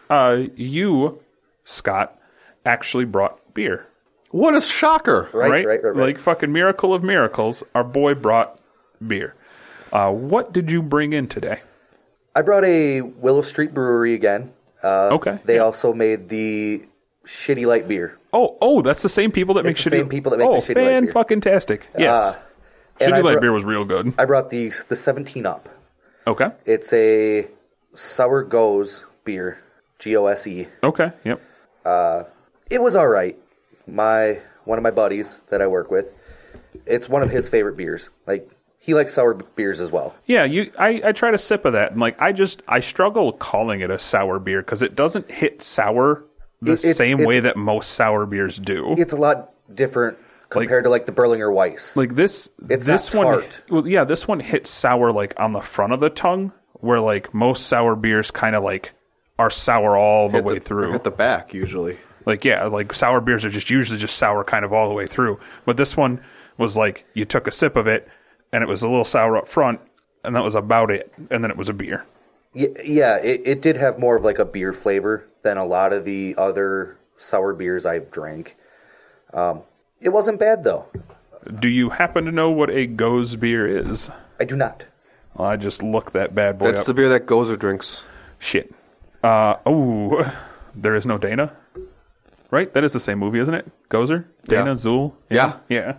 Speaker 2: uh, you, Scott, actually brought beer,
Speaker 3: What a shocker!
Speaker 1: Right, right, right, right.
Speaker 2: Like fucking miracle of miracles, our boy brought beer. Uh, what did you bring in today?
Speaker 1: I brought a Willow Street Brewery again. Uh,
Speaker 2: Okay.
Speaker 1: They also made the shitty light beer.
Speaker 2: Oh, oh, that's the same people that make
Speaker 1: the
Speaker 2: shitty.
Speaker 1: same people that make
Speaker 2: oh,
Speaker 1: the shitty light beer.
Speaker 2: fucking tastic. Yes,
Speaker 1: Uh, and I
Speaker 2: shitty light
Speaker 1: bro-
Speaker 2: beer was real good.
Speaker 1: I brought the the 17 up.
Speaker 2: Okay,
Speaker 1: It's a sour goes beer, G O S E.
Speaker 2: okay, yep.
Speaker 1: It was all right. My one of my buddies that I work with, it's one of his favorite beers. Like he likes sour beers as well.
Speaker 2: Yeah, you. I, I tried a sip of that, and like I just I struggle calling it a sour beer because it doesn't hit sour the
Speaker 1: It- it's-
Speaker 2: same
Speaker 1: it's-
Speaker 2: way that most sour beers do.
Speaker 1: It's a lot different compared to like the Berlinger Weiss.
Speaker 2: like this,
Speaker 1: It's
Speaker 2: this
Speaker 1: not
Speaker 2: one.
Speaker 1: tart.
Speaker 2: Well, yeah, this one hits sour like on the front of the tongue, where like most sour beers kind of like are sour all the way through.
Speaker 3: at the back usually.
Speaker 2: Like yeah, like sour beers are just usually just sour kind of all the way through. But this one was like you took a sip of it and it was a little sour up front and that was about it. And then it was a beer.
Speaker 1: Y- yeah, it, it did have more of like a beer flavor than a lot of the other sour beers I've drank. Um, it wasn't bad though.
Speaker 2: Do you happen to know what a goes beer is?
Speaker 1: I do not.
Speaker 2: Well, I just looked that bad boy
Speaker 3: That's
Speaker 2: up.
Speaker 3: the beer that goes or drinks.
Speaker 2: Shit. Uh oh, <laughs> there is no Dana. Right? That is the same movie, isn't it? Gozer, Dana,
Speaker 3: Yeah.
Speaker 2: Zool.
Speaker 3: Yeah.
Speaker 2: Yeah.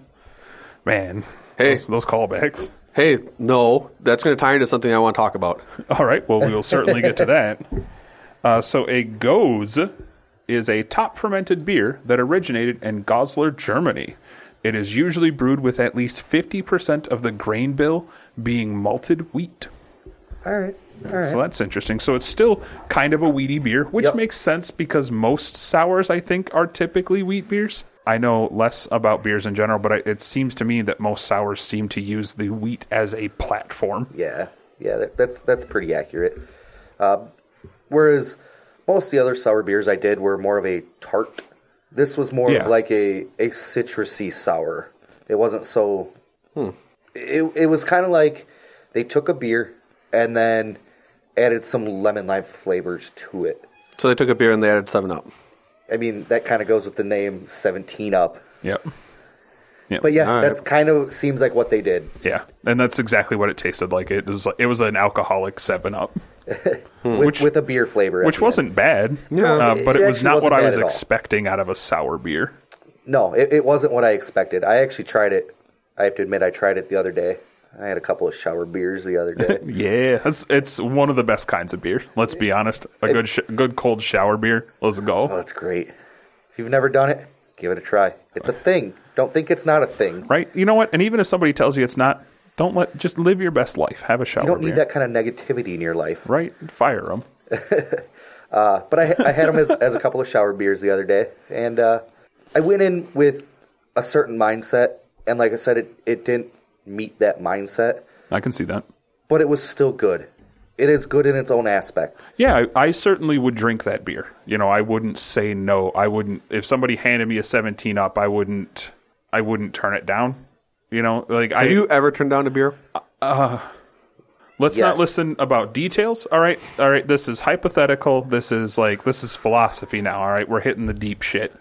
Speaker 2: Man.
Speaker 3: Hey.
Speaker 2: Those, those callbacks.
Speaker 3: Hey, no, that's going to tie into something I want to talk about.
Speaker 2: All right. Well, we will certainly
Speaker 1: <laughs>
Speaker 2: get to that. Uh, so, a Goes is a top fermented beer that originated in Goslar, Germany. It is usually brewed with at least 50% of the grain bill being malted wheat.
Speaker 1: All right, all right.
Speaker 2: So that's interesting. So it's still kind of a wheaty beer, which
Speaker 1: Yep.
Speaker 2: makes sense because most sours, I think, are typically wheat beers. I know less about beers in general, but I, it seems to me that most sours seem to use the wheat as a platform.
Speaker 1: Yeah, yeah, that, that's that's pretty accurate. Uh, whereas most of the other sour beers I did were more of a tart. This was more
Speaker 2: Yeah.
Speaker 1: of like a, a citrusy sour. It wasn't so.
Speaker 2: Hmm.
Speaker 1: It it was kind of like they took a beer and then added some lemon lime flavors to it.
Speaker 3: So they took a beer and they added Seven Up.
Speaker 1: I mean, that kind of goes with the name Seventeen Up.
Speaker 2: Yep.
Speaker 1: But yeah,
Speaker 3: All right.
Speaker 1: that's kind of seems like what they did.
Speaker 2: Yeah, and that's exactly what it tasted like. It was it was an alcoholic
Speaker 1: <laughs>
Speaker 2: Seven Up, Hmm.
Speaker 1: with,
Speaker 2: Which-
Speaker 1: with a beer flavor, at
Speaker 2: which
Speaker 1: the end.
Speaker 2: wasn't bad. uh,
Speaker 1: it-
Speaker 2: but
Speaker 1: it
Speaker 2: it, was
Speaker 1: actually
Speaker 2: not what
Speaker 1: wasn't
Speaker 2: I
Speaker 1: bad
Speaker 2: was
Speaker 1: at all.
Speaker 2: expecting out of a sour beer.
Speaker 1: No, it, it wasn't what I expected. I actually tried it. I have to admit, I tried it the other day. I had a couple of shower beers the other
Speaker 2: <laughs>
Speaker 1: day.
Speaker 2: Yeah, it's, it's one of the best kinds of beer. Let's be honest, a good sh- good cold shower beer. Let's
Speaker 1: oh,
Speaker 2: go.
Speaker 1: it's great. If you've never done it, give it a try. It's a thing. Don't think it's not a thing. You
Speaker 2: Right? You know what? And even if somebody tells you it's not, don't let just live your best life. Have a shower
Speaker 1: don't
Speaker 2: beer.
Speaker 1: need that kind of negativity in your life.
Speaker 2: Right? Fire them.
Speaker 1: But I, I had them
Speaker 2: <laughs>
Speaker 1: as, as a couple of shower beers the other day, and uh, I went in with a certain mindset, and like I said, it, it didn't meet that mindset.
Speaker 2: I can see that.
Speaker 1: but it was still good. It is good in its own aspect.
Speaker 2: Yeah, I, I certainly would drink that beer. You know, I wouldn't say no. I wouldn't if somebody handed me a 17 up, I wouldn't I wouldn't turn it down. You know, like I
Speaker 3: Have you ever turned down a beer?
Speaker 2: let's not
Speaker 1: Yes.
Speaker 2: listen about details. All right. All right, this is hypothetical. This is like this is philosophy now. All right, we're hitting the deep shit.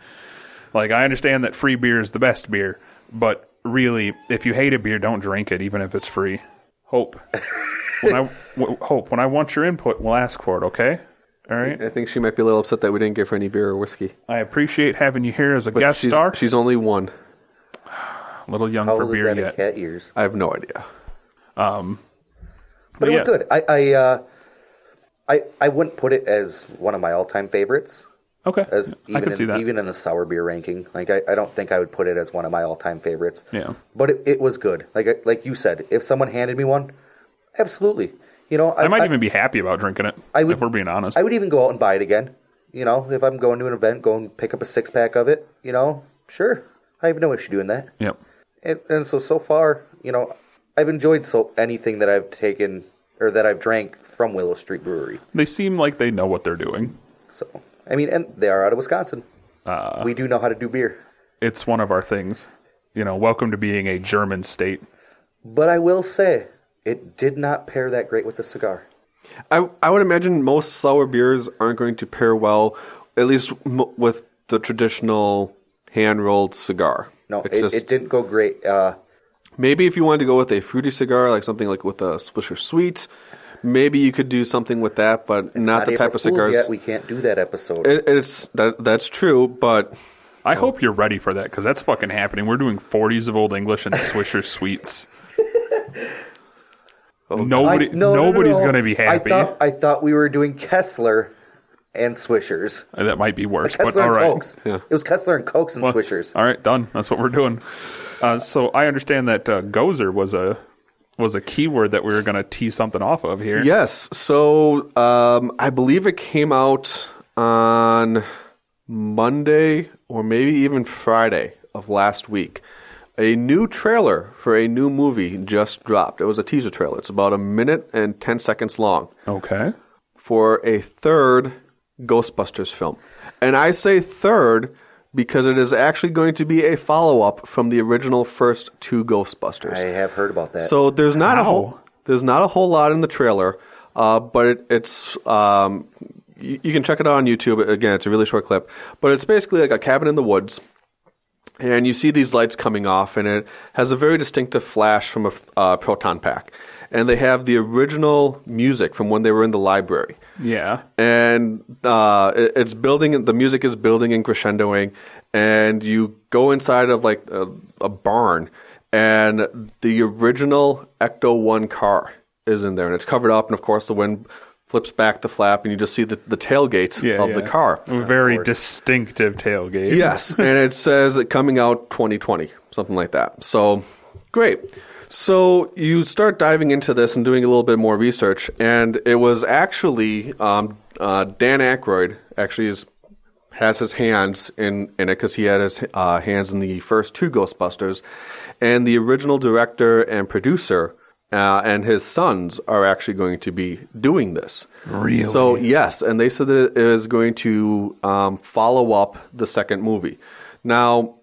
Speaker 2: Like I understand that free beer is the best beer, but really if you hate a beer, don't drink it even if it's free. Hope. when I w- hope when I want your input, we'll ask for it, okay? All right.
Speaker 3: I think she might be a little upset that we didn't give her any beer or whiskey.
Speaker 2: I appreciate having you here as a guest
Speaker 3: she's,
Speaker 2: star.
Speaker 3: She's only one.
Speaker 2: little young
Speaker 1: How
Speaker 2: for
Speaker 1: old is
Speaker 2: beer
Speaker 1: that in
Speaker 2: yet. Um,
Speaker 1: cat years?
Speaker 3: I have no idea.
Speaker 1: But it
Speaker 2: yeah.
Speaker 1: was good. I I, uh, I I wouldn't put it as one of my all time favorites.
Speaker 2: Okay,
Speaker 1: As even
Speaker 2: I can
Speaker 1: in,
Speaker 2: see that.
Speaker 1: even in the sour beer ranking, like I, I don't think I would put it as one of my all time favorites.
Speaker 2: Yeah.
Speaker 1: But it, it was good. Like I- like you said, if someone handed me one, absolutely. You know, I,
Speaker 2: I might
Speaker 1: I-
Speaker 2: even be happy about drinking it.
Speaker 1: I would-
Speaker 2: if we're being honest.
Speaker 1: I would even go out and buy it again. You know, if I'm going to an event, go and pick up a six pack of it. You know, sure, I have no issue doing that.
Speaker 2: yep.
Speaker 1: And, and so so far, you know, I've enjoyed so anything that I've taken or that I've drank from Willow Street Brewery.
Speaker 2: They seem like they know what they're doing.
Speaker 1: So I mean, and they are out of Wisconsin.
Speaker 3: Ah.
Speaker 1: we do know how to do beer.
Speaker 2: It's one of our things. You know, welcome to being a German state.
Speaker 1: But I will say, it did not pair that great with the cigar.
Speaker 3: I, I would imagine most sour beers aren't going to pair well, at least m- with the traditional hand rolled cigar.
Speaker 1: No,
Speaker 3: It's
Speaker 1: it,
Speaker 3: just-
Speaker 1: it didn't go great. Uh,
Speaker 3: Maybe if you wanted to go with a fruity cigar, like something like with a Swisher Sweet, maybe you could do something with that, but not, the
Speaker 1: April
Speaker 3: type of
Speaker 1: Fool's
Speaker 3: cigars.
Speaker 1: Yet. We can't do that episode.
Speaker 3: It- it's that, that's true, but
Speaker 2: I hope you're ready for that because that's fucking happening. We're doing 40s of Old English
Speaker 1: <laughs>
Speaker 2: and Swisher Sweets. Nobody,
Speaker 1: I- no, no, no,
Speaker 2: nobody's
Speaker 1: no.
Speaker 2: going to be happy.
Speaker 1: I thought, I thought we were doing Kessler and Swishers.
Speaker 2: that might be worse, but
Speaker 1: Kessler
Speaker 2: all
Speaker 1: and
Speaker 2: right.
Speaker 1: Cokes. It was Kessler and Cokes and Swishers.
Speaker 2: All right, done. That's what we're doing. Uh, so I understand that uh, Gozer was a was a keyword that we were going to tee something off of here.
Speaker 3: yes. So um, I believe it came out on Monday or maybe even Friday of last week. A new trailer for a new movie just dropped. It was a teaser trailer. It's about a minute and 10 seconds long.
Speaker 2: Okay.
Speaker 3: for a third Ghostbusters film. And I say third because it is actually going to be a follow up from the original first two Ghostbusters.
Speaker 1: I have heard about that.
Speaker 3: So there's not a
Speaker 2: How?
Speaker 3: whole there's not a whole lot in the trailer, uh, but it, it's um, you, you can check it out on YouTube. Again, it's a really short clip, but it's basically like a cabin in the woods, and you see these lights coming off, and it has a very distinctive flash from a uh, proton pack, and they have the original music from when they were in the library
Speaker 2: Yeah.
Speaker 3: and uh, it- it's building. The music is building and crescendoing, and you go inside of like a, a barn, and the original Ecto One car is in there, and it's covered up, and of course the wind flips back the flap, and you just see the, the tailgate
Speaker 2: Yeah.
Speaker 3: of the
Speaker 2: yeah.
Speaker 3: car.
Speaker 2: A very distinctive tailgate.
Speaker 3: Yes, and it says it coming out 2020, something like that. So, great. So you start diving into this and doing a little bit more research, and it was actually um, uh, Dan Aykroyd actually is has his hands in in it because he had his uh, hands in the first two Ghostbusters, and the original director and producer. Uh, and his sons are actually going to be doing this.
Speaker 2: Really?
Speaker 3: So Yes, and they said that it is going to um, follow up the second movie. Now,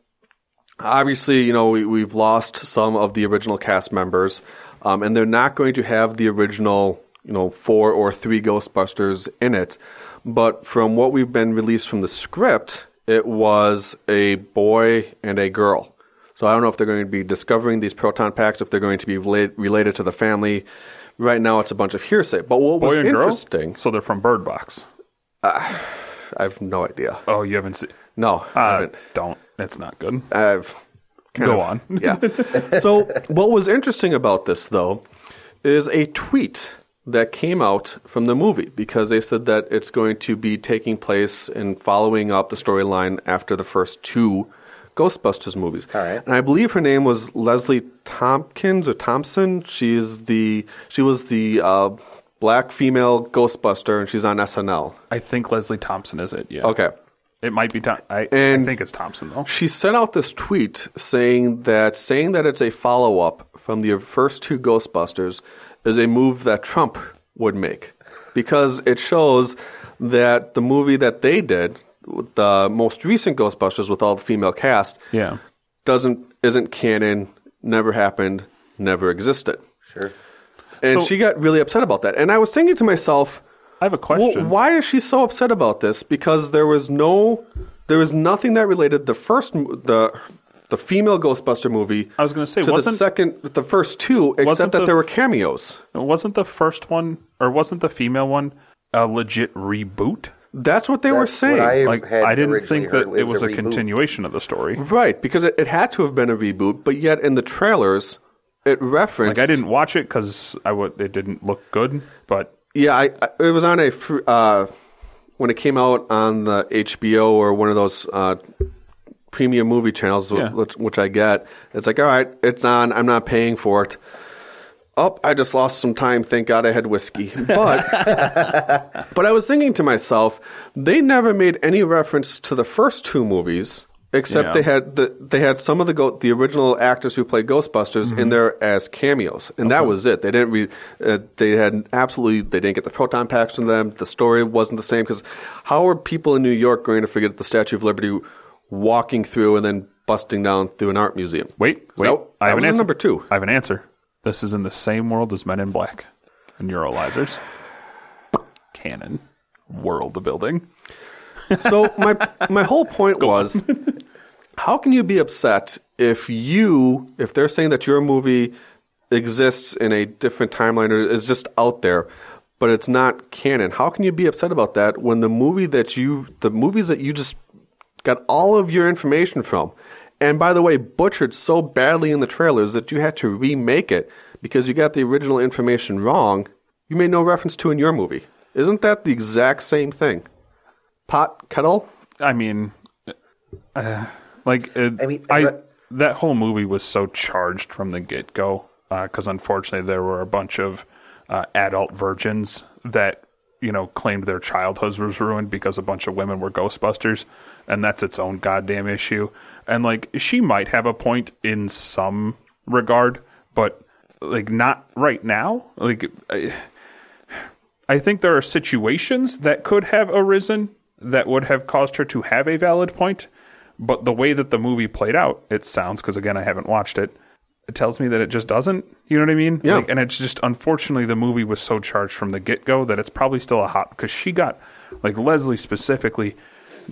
Speaker 3: obviously, you know we, we've lost some of the original cast members, um, and they're not going to have the original, you know, four or three Ghostbusters in it. But from what we've been released from the script, it was a boy and a girl. So I don't know if they're going to be discovering these proton packs, if they're going to be relate- related to the family. Right now, it's a bunch of hearsay. But what was
Speaker 2: Boy and
Speaker 3: interesting,
Speaker 2: girl. So they're from Bird Box.
Speaker 3: I have no idea.
Speaker 2: Oh, you haven't seen.
Speaker 3: No, I
Speaker 2: Uh,
Speaker 3: haven't.
Speaker 2: don't. That's not good.
Speaker 3: I've
Speaker 2: Go on.
Speaker 3: <laughs> yeah. so what was interesting about this though is a tweet that came out from the movie because they said that it's going to be taking place and following up the storyline after the first two Ghostbusters movies.
Speaker 1: All right.
Speaker 3: And I believe her name was Leslie Tompkins or Thompson. She's the she was the uh, black female Ghostbuster and she's on SNL.
Speaker 2: I think Leslie Thompson is it. Yeah.
Speaker 3: Okay.
Speaker 2: It might be. Tom- I, I
Speaker 3: And-
Speaker 2: think it's Thompson though.
Speaker 3: She sent out this tweet saying that saying that it's a follow up from the first two Ghostbusters is a move that Trump would make because it shows that the movie that they did, the most recent Ghostbusters with all the female cast,
Speaker 2: Yeah.
Speaker 3: doesn't isn't canon, never happened, never existed.
Speaker 1: Sure.
Speaker 3: And
Speaker 2: So-
Speaker 3: she got really upset about that. And I was thinking to myself,
Speaker 2: I have a
Speaker 3: well,
Speaker 2: question.
Speaker 3: why is she so upset about this? Because there was no, there was nothing that related the first, m- the the female Ghostbuster movie.
Speaker 2: I was gonna say,
Speaker 3: to the
Speaker 2: wasn't-
Speaker 3: second, the first two, except
Speaker 2: wasn't
Speaker 3: that
Speaker 2: the-
Speaker 3: there were cameos.
Speaker 2: Wasn't the first one, or wasn't the female one, a legit reboot?
Speaker 3: That's what they were
Speaker 1: That's what
Speaker 3: saying,
Speaker 1: I
Speaker 2: Like,
Speaker 1: had
Speaker 2: I didn't
Speaker 1: originally
Speaker 2: think
Speaker 1: heard
Speaker 2: that it was a,
Speaker 1: reboot.
Speaker 2: continuation of the story.
Speaker 3: right? Because it, it had to have been a reboot, but yet in the trailers, it referenced.
Speaker 2: Like, I didn't watch it because I w- it didn't look good, but
Speaker 3: Yeah, I, I, it was on a fr- uh, when it came out on the HBO or one of those uh, premium movie channels, wh-
Speaker 2: Yeah.
Speaker 3: which, which I get. It's like, all right, it's on. I'm not paying for it. Oh, I just lost some time. Thank God I had whiskey. But <laughs> but I was thinking to myself, they never made any reference to the first two movies, except
Speaker 2: Yeah.
Speaker 3: they had the, they had some of the go- the original actors who played Ghostbusters in there as cameos, and that was it. They didn't re- uh, they had absolutely they didn't get the proton packs from them. The story wasn't the same because how are people in New York going to forget the Statue of Liberty walking through and then busting down through an art museum?
Speaker 2: wait, wait.
Speaker 3: Nope.
Speaker 2: I
Speaker 3: That
Speaker 2: have
Speaker 3: was
Speaker 2: an
Speaker 3: in
Speaker 2: answer.
Speaker 3: number two.
Speaker 2: I have an answer. This is in the same world as Men in Black and Neuralizers. Canon. World building.
Speaker 3: So my my whole point was, how can you be upset if you if they're saying that your movie exists in a different timeline or is just out there, but it's not canon? How can you be upset about that when the movie that you the movies that you just got all of your information from, and by the way, butchered so badly in the trailers that you had to remake it because you got the original information wrong. You made no reference to in your movie. Isn't that the exact same thing? pot kettle.
Speaker 2: I mean, uh, like uh, I,
Speaker 1: mean,
Speaker 2: that whole movie was so charged from the get go because unfortunately there were a bunch of uh, adult virgins that you know claimed their childhoods was ruined because a bunch of women were Ghostbusters, and that's its own goddamn issue. And like she might have a point in some regard, but like not right now. Like. I, I think there are situations that could have arisen that would have caused her to have a valid point, but the way that the movie played out, it sounds because again I haven't watched it, it tells me that it just doesn't. You know what I mean?
Speaker 3: Yeah.
Speaker 2: Like, and it's just unfortunately the movie was so charged from the get go that it's probably still a hot because she got like Leslie specifically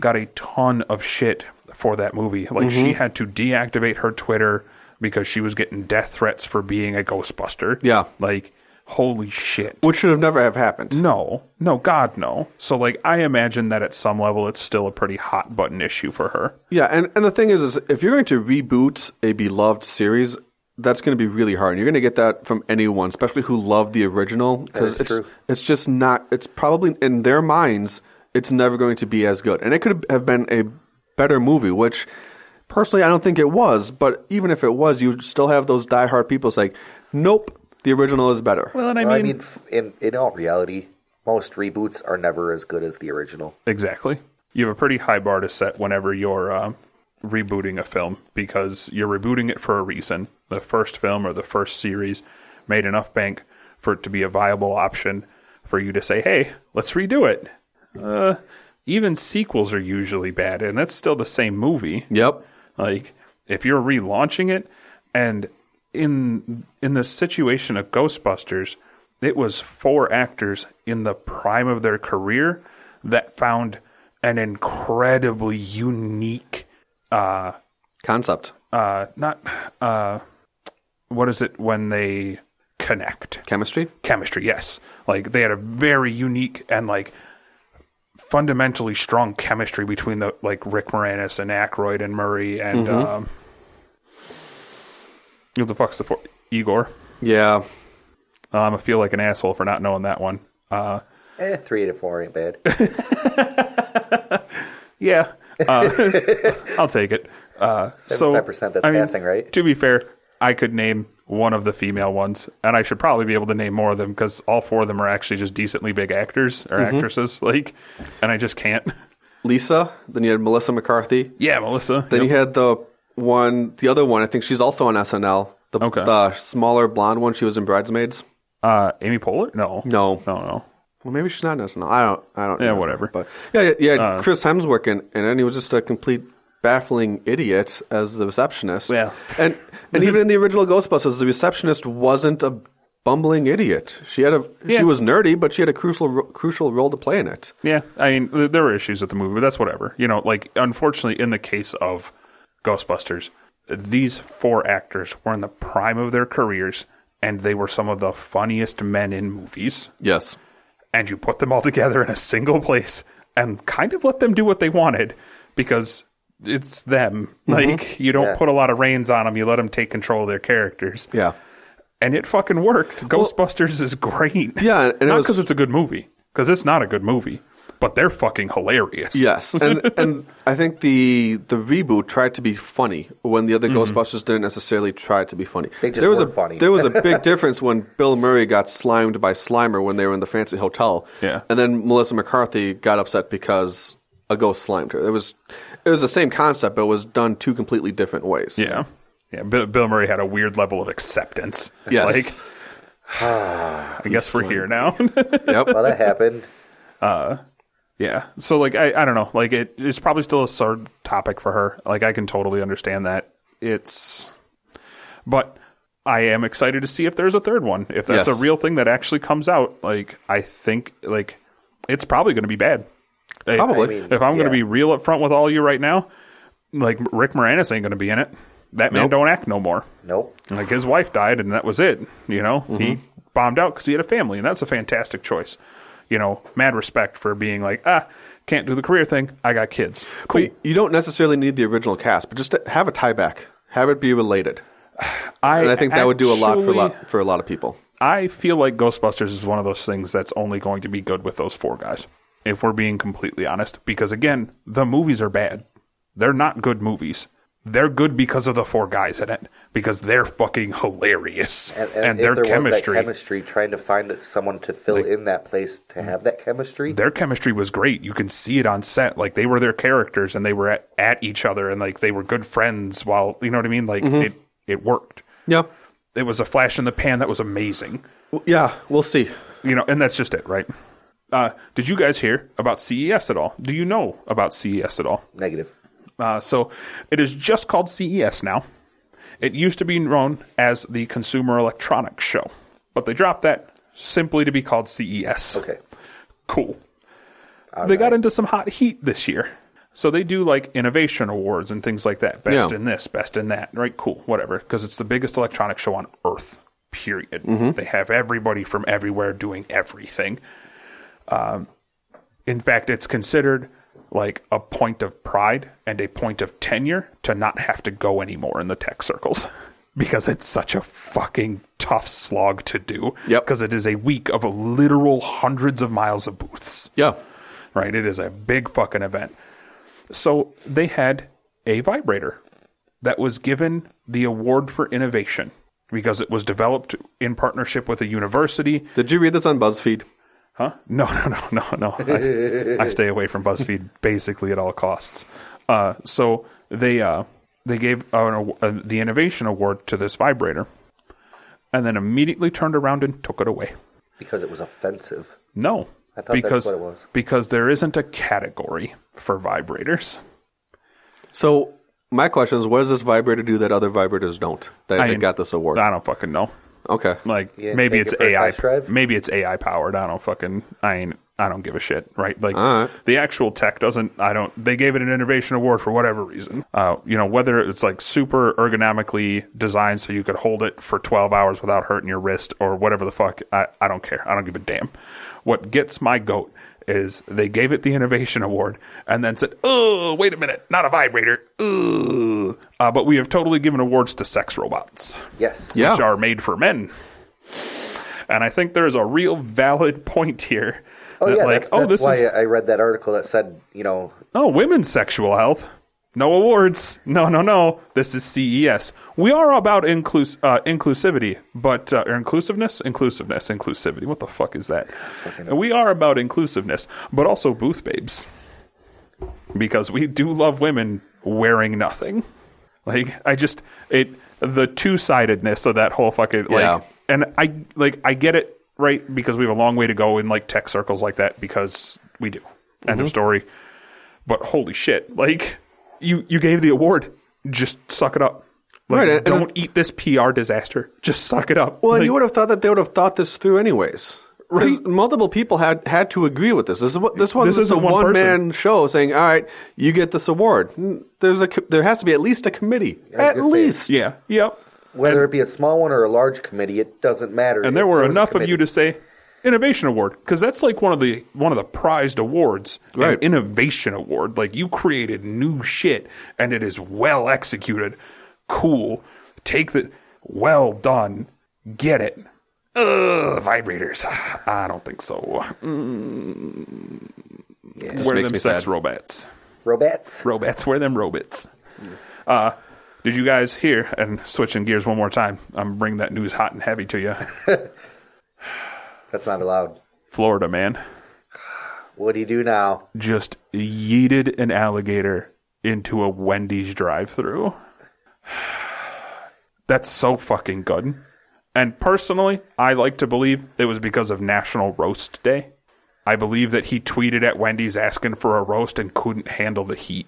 Speaker 2: got a ton of shit for that movie. Like she
Speaker 3: Mm-hmm.
Speaker 2: had to deactivate her Twitter because she was getting death threats for being a Ghostbuster.
Speaker 3: Yeah.
Speaker 2: Like holy shit.
Speaker 3: Which should have never have happened.
Speaker 2: No, no, God, no. So, like, I imagine that at some level, it's still a pretty hot button issue for her.
Speaker 3: Yeah, and, and the thing is, is if you're going to reboot a beloved series, that's going to be really hard. You're going to get that from anyone, especially who loved the original.
Speaker 1: is
Speaker 3: Because it's,
Speaker 1: true.
Speaker 3: it's just not. It's probably in their minds, it's never going to be as good. And it could have been a better movie, which personally I don't think it was. But even if it was, you still have those diehard people saying, "Nope, the original is better."
Speaker 2: Well, and I,
Speaker 1: Well,
Speaker 2: mean,
Speaker 1: I mean, f- in in all reality, most reboots are never as good as the original.
Speaker 2: exactly. You have a pretty high bar to set whenever you're uh, rebooting a film because you're rebooting it for a reason. The first film or the first series made enough bank for it to be a viable option for you to say, hey, let's redo it. Uh, even sequels are usually bad, and that's still the same movie.
Speaker 3: yep.
Speaker 2: Like if you're relaunching it and in in the situation of Ghostbusters, it was four actors in the prime of their career that found an incredibly unique
Speaker 3: Concept
Speaker 2: uh not uh what is it when they connect
Speaker 3: chemistry.
Speaker 2: chemistry yes like they had a very unique and like fundamentally strong chemistry between the like Rick Moranis and Aykroyd and Murray and um, who the fuck's the four Igor
Speaker 3: Yeah.
Speaker 2: um, I feel like an asshole for not knowing that one uh
Speaker 1: Eh, three to four ain't bad.
Speaker 2: yeah uh,
Speaker 1: <laughs>
Speaker 2: I'll take it uh so
Speaker 1: 75% that's passing, right?
Speaker 2: to be fair I could name one of the female ones and I should probably be able to name more of them because all four of them are actually just decently big actors or
Speaker 3: Mm-hmm.
Speaker 2: actresses <laughs> like and I just can't <laughs>
Speaker 3: Lisa. Then you had Melissa McCarthy.
Speaker 2: Yeah, Melissa.
Speaker 3: Then
Speaker 2: Yep.
Speaker 3: you had the one, the other one. I think she's also on SNL. The,
Speaker 2: Okay.
Speaker 3: the smaller blonde one. She was in Bridesmaids.
Speaker 2: Uh, Amy Poehler? No.
Speaker 3: No.
Speaker 2: No, no.
Speaker 3: Well, maybe she's not national. I don't. I don't.
Speaker 2: Yeah,
Speaker 3: remember,
Speaker 2: whatever. Uh,
Speaker 3: But yeah, yeah, yeah Chris Hemsworth in, in it, and he was just a complete baffling idiot as the receptionist.
Speaker 2: Yeah.
Speaker 3: and and even in the original Ghostbusters, the receptionist wasn't a bumbling idiot. She had a
Speaker 2: Yeah.
Speaker 3: she was nerdy, but she had a crucial ro- crucial role to play in it.
Speaker 2: Yeah, I mean, th- there were issues with the movie, but that's whatever. You know, like, unfortunately, in the case of Ghostbusters, these four actors were in the prime of their careers, and they were some of the funniest men in movies.
Speaker 3: Yes.
Speaker 2: And you put them all together in a single place and kind of let them do what they wanted because it's them.
Speaker 3: Mm-hmm.
Speaker 2: Like, you don't
Speaker 1: Yeah.
Speaker 2: put a lot of reins on them, you let them take control of their characters.
Speaker 3: Yeah.
Speaker 2: And it fucking worked. Ghostbusters is great.
Speaker 3: Yeah, and it
Speaker 2: not
Speaker 3: was-
Speaker 2: because it's a good movie, because it's not a good movie, but they're fucking hilarious.
Speaker 3: Yes, and and I think the the reboot tried to be funny when the
Speaker 2: Mm-hmm.
Speaker 3: other Ghostbusters didn't necessarily try to be funny.
Speaker 1: They just
Speaker 3: there was
Speaker 1: were
Speaker 3: a
Speaker 1: funny.
Speaker 3: there
Speaker 1: <laughs>
Speaker 3: was a big difference when Bill Murray got slimed by Slimer when they were in the fancy hotel.
Speaker 2: Yeah.
Speaker 3: and then Melissa McCarthy got upset because a ghost slimed her. It was it was the same concept, but it was done two completely different ways.
Speaker 2: Yeah. Yeah. Bill, Bill Murray had a weird level of acceptance.
Speaker 3: Yes.
Speaker 2: Like, <sighs> I guess we're here now. <laughs>
Speaker 3: Yep.
Speaker 1: Well,
Speaker 3: <laughs>
Speaker 1: that happened.
Speaker 2: yeah. So, like, I, I don't know. Like, it, it's probably still a sore topic for her. Like, I can totally understand that. It's. But I am excited to see if there's a third one. If that's
Speaker 3: Yes.
Speaker 2: a real thing that actually comes out, like, I think, like, it's probably going to be bad. Hey,
Speaker 3: Probably. I
Speaker 1: mean,
Speaker 2: if I'm going
Speaker 1: yeah.
Speaker 2: to be real up front with all you right now, like, Rick Moranis ain't going to be in it. That man
Speaker 3: Nope.
Speaker 2: don't act no more.
Speaker 1: Nope.
Speaker 2: Like his wife died, and that was it. You know,
Speaker 3: Mm-hmm.
Speaker 2: he bombed out because he had a family, and that's a fantastic choice. You know, mad respect for being like, ah, can't do the career thing. I got kids. Cool.
Speaker 3: But you don't necessarily need the original cast, but just to have a tie back, have it be related,
Speaker 2: I,
Speaker 3: and I think that would do a lot for a
Speaker 2: actually-
Speaker 3: lot for a lot of people.
Speaker 2: I feel like Ghostbusters is one of those things that's only going to be good with those four guys, if we're being completely honest. Because again, the movies are bad. They're not good movies. They're good because of the four guys in it, because they're fucking hilarious
Speaker 1: And,
Speaker 2: and,
Speaker 1: and, if
Speaker 2: their
Speaker 1: there
Speaker 2: chemistry.
Speaker 1: was that chemistry, trying to find someone to fill in that place to
Speaker 2: Mm-hmm.
Speaker 1: have that chemistry.
Speaker 2: their chemistry was great. You can see it on set. Like they were their characters and they were at, at each other and like they were good friends while you know what I mean? Like it it worked.
Speaker 3: Yeah.
Speaker 2: It was a flash in the pan that was amazing.
Speaker 3: W- Yeah, we'll see.
Speaker 2: You know, and that's just it, right? Uh, did you guys hear about CES at all? Do you know about CES at all?
Speaker 1: Negative.
Speaker 2: Uh, so it is just called CES now. It used to be known as the Consumer Electronics Show, but they dropped that simply to be called E CES.
Speaker 1: Okay.
Speaker 2: Cool. they got into some hot heat this year. So they do like innovation awards and things like that. Best
Speaker 3: Yeah.
Speaker 2: in this, best in that. Right? Cool. Whatever. Because it's the biggest electronic show on earth, period. They have everybody from everywhere doing everything. Um, in fact, it's considered like a point of pride and a point of tenure to not have to go anymore in the tech circles <laughs> because it's such a fucking tough slog to do.
Speaker 3: Yep.
Speaker 2: Because it is a week of literal hundreds of miles of booths
Speaker 3: Yeah.
Speaker 2: right? It is a big fucking event. So they had a vibrator that was given the award for innovation because it was developed in partnership with a university.
Speaker 3: Did you read this on BuzzFeed?
Speaker 2: Huh? No, <laughs> no, no, no,
Speaker 1: <laughs>
Speaker 2: no. I, I stay away from BuzzFeed basically at all costs. Uh, so they uh, they gave an, aw- uh, the innovation award to this vibrator, and then immediately turned around and took it away.
Speaker 1: Because it was offensive.
Speaker 2: No.
Speaker 1: I thought that's
Speaker 2: because,
Speaker 1: what it was.
Speaker 2: Because there isn't a category for vibrators.
Speaker 3: So my question is, what does this vibrator do that other vibrators don't? That they
Speaker 2: I-
Speaker 3: got this award.
Speaker 2: I don't fucking know.
Speaker 3: okay.
Speaker 2: Like
Speaker 1: Yeah,
Speaker 2: maybe
Speaker 1: take
Speaker 2: it's
Speaker 1: it for a
Speaker 2: AI.
Speaker 1: test drive?
Speaker 2: Maybe it's AI powered. I don't fucking. I ain't. I don't give a shit. Right. Like
Speaker 3: Alright.
Speaker 2: the actual tech doesn't. I don't. They gave it an innovation award for whatever reason. Uh, you know whether it's like super ergonomically designed so you could hold it for twelve hours without hurting your wrist or whatever the fuck. I, I don't care. I don't give a damn. What gets my goat is they gave it the innovation award and then said, "Oh, wait a minute, not a vibrator." Ooh. Uh, but we have totally given awards to sex robots
Speaker 1: Yes.
Speaker 3: Yeah.
Speaker 2: which are made for men. And I think there is a real valid point here.
Speaker 1: Oh
Speaker 2: that
Speaker 1: yeah.
Speaker 2: like,
Speaker 1: that's
Speaker 2: oh,
Speaker 1: that's
Speaker 2: this
Speaker 1: why
Speaker 2: is
Speaker 1: I read that article that said, you know,
Speaker 2: oh, women's sexual health. No awards. No, no, no. This is CES. We are about inclus- uh, inclusivity, but uh, or inclusiveness, inclusiveness, inclusivity. What the fuck is that? We are about inclusiveness, but also booth babes, because we do love women wearing nothing. Like I just it the two sidedness of that whole fucking like
Speaker 3: Yeah.
Speaker 2: and I like I get it right because we have a long way to go in like tech circles like that because we do. End of story. But holy shit! Like you you gave the award. Just suck it up. Like,
Speaker 3: Right, and-
Speaker 2: don't eat this PR disaster. Just suck it up.
Speaker 3: Well,
Speaker 2: Like,
Speaker 3: you would have thought that they would have thought this through, anyways. 'Cause
Speaker 2: Right.
Speaker 3: Multiple people had had to agree with this. This is what this wasn't
Speaker 2: This
Speaker 3: just a
Speaker 2: isn't one
Speaker 3: one
Speaker 2: person.
Speaker 3: man show saying, "All right, you get this award." Mm, There's a co- there has to be at least a committee.
Speaker 1: I was
Speaker 3: at
Speaker 1: gonna say,
Speaker 3: least,
Speaker 2: Yeah. Yep.
Speaker 1: Whether it be a small one or a large committee, it doesn't matter.
Speaker 2: and there
Speaker 1: It
Speaker 2: were
Speaker 1: was a
Speaker 2: enough of you
Speaker 1: committee.
Speaker 2: to say innovation award because that's like one of the one of the prized awards an
Speaker 3: Right.
Speaker 2: innovation award like you created new shit and it is well executed cool take the well done get it Ugh, vibrators <sighs> i don't think so
Speaker 3: Mm. Just
Speaker 2: wear
Speaker 3: makes
Speaker 2: them
Speaker 3: me
Speaker 2: sex
Speaker 3: sad.
Speaker 2: robots
Speaker 1: Robots.
Speaker 2: robots wear them robots uh did you guys hear and switching gears one more time i'm bringing that news hot and heavy to you
Speaker 1: That's not allowed.
Speaker 2: florida man
Speaker 1: What do you do now?
Speaker 2: just yeeted an alligator into a Wendy's drive through. <sighs> That's so fucking good. And personally, I like to believe it was because of National Roast Day. I believe that he tweeted at Wendy's asking for a roast and couldn't handle the heat.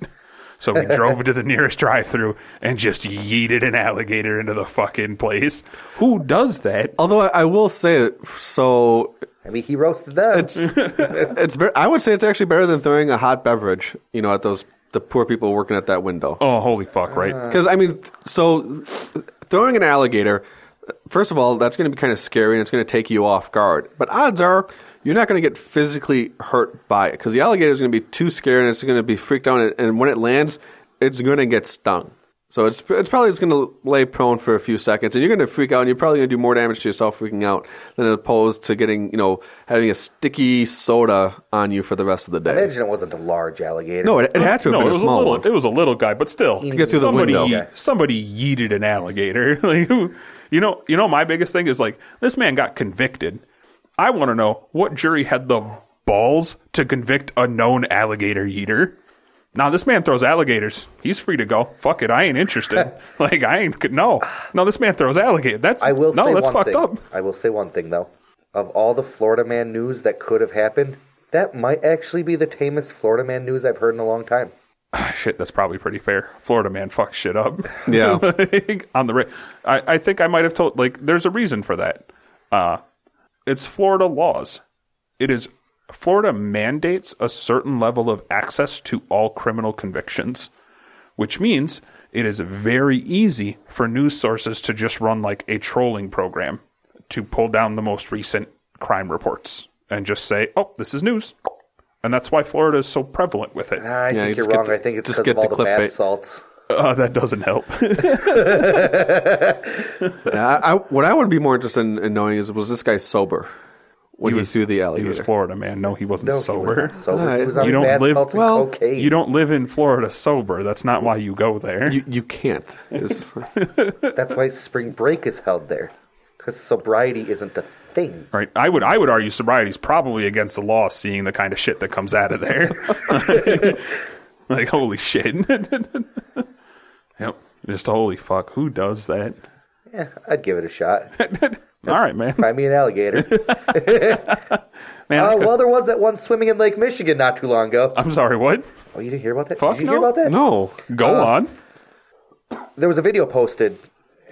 Speaker 2: So he drove to the nearest drive through and just yeeted an alligator into the fucking place. Who does that?
Speaker 3: Although I, I will say, that- so
Speaker 1: I mean, he roasted them.
Speaker 3: it's it's be- I would say it's actually better than throwing a hot beverage, you know, at those the poor people working at that window.
Speaker 2: Oh, holy fuck, right?
Speaker 3: Because I mean, th- so th- throwing an alligator, first of all, that's going to be kind of scary and it's going to take you off guard. But odds are you're not going to get physically hurt by it because the alligator is going to be too scared and it's going to be freaked out. And, and when it lands, it's going to get stung. So it's it's probably just going to lay prone for a few seconds, and you're going to freak out, and you're probably going to do more damage to yourself freaking out than opposed to getting you know having a sticky soda on you for the rest of the day.
Speaker 1: Imagine it wasn't a large alligator.
Speaker 3: No, it, it had to have
Speaker 2: no,
Speaker 3: been
Speaker 2: it
Speaker 3: a
Speaker 2: was a
Speaker 3: small
Speaker 2: little.
Speaker 3: one.
Speaker 2: It was a little guy, but still,
Speaker 1: You get
Speaker 3: through the
Speaker 2: somebody
Speaker 3: window.
Speaker 2: ye- somebody yeeted an alligator. <laughs> like who? You know, you know. My biggest thing is like this man got convicted. I want to know what jury had the balls to convict a known alligator eater. Now this man throws alligators. He's free to go. Fuck it. I
Speaker 1: <laughs>
Speaker 2: ain't interested. like I ain't. No, no. This man throws alligator. That's
Speaker 1: I will
Speaker 2: no.
Speaker 1: say
Speaker 2: that's
Speaker 1: one
Speaker 2: fucked
Speaker 1: thing.
Speaker 2: up.
Speaker 1: I will say one thing though. Of all the Florida man news that could have happened, that might actually be the tamest Florida man news I've heard in a long time.
Speaker 2: Ah, shit, that's probably pretty fair. Florida man fucks shit up.
Speaker 3: Yeah.
Speaker 2: <laughs> Like, on the ra- I, I think I might have told like there's a reason for that. Uh it's Florida laws. It is Florida mandates a certain level of access to all criminal convictions, which means it is very easy for news sources to just run like a trolling program to pull down the most recent crime reports and just say, "Oh, this is news." And that's why Florida is so prevalent with it.
Speaker 1: Ah, I
Speaker 3: you
Speaker 1: think you're
Speaker 3: just get
Speaker 1: wrong.
Speaker 3: the-
Speaker 1: I think it's
Speaker 3: just
Speaker 1: because
Speaker 3: get
Speaker 1: of all
Speaker 3: the
Speaker 1: the, eh? bath
Speaker 3: clickbait.
Speaker 1: salts.
Speaker 2: Uh, that doesn't help.
Speaker 3: Yeah, I, I, what I would be more interested in, in knowing is was this guy sober when he, threw the
Speaker 2: He
Speaker 3: alligator?
Speaker 2: was Florida man. No, he wasn't
Speaker 1: No,
Speaker 2: sober.
Speaker 1: He was not sober. He
Speaker 3: Alright.
Speaker 1: was on
Speaker 2: You don't
Speaker 1: bath
Speaker 2: live-
Speaker 1: salts and
Speaker 3: well,
Speaker 1: cocaine.
Speaker 2: You don't live in Florida sober. That's not why you go there.
Speaker 3: you, you can't.
Speaker 2: <laughs>
Speaker 3: It's- <laughs>
Speaker 1: That's why spring break is held there, because sobriety isn't a thing.
Speaker 2: right? I would I would argue sobriety's probably against the law, seeing the kind of shit that comes out of there. <laughs> like holy shit. <laughs> yep. Just holy fuck. Who does that?
Speaker 1: Yeah, I'd give it a
Speaker 2: <laughs>
Speaker 1: shot.
Speaker 2: All right, man.
Speaker 1: Buy me an
Speaker 2: <laughs>
Speaker 1: alligator.
Speaker 2: man I
Speaker 1: Uh,
Speaker 2: could-
Speaker 1: well, there was that one swimming in Lake Michigan not too long ago.
Speaker 2: I'm sorry. What?
Speaker 1: Oh, you didn't hear about that?
Speaker 2: Fuck
Speaker 1: Did you
Speaker 2: no.
Speaker 1: hear about that?
Speaker 3: no,
Speaker 2: Go on.
Speaker 1: There was a video posted,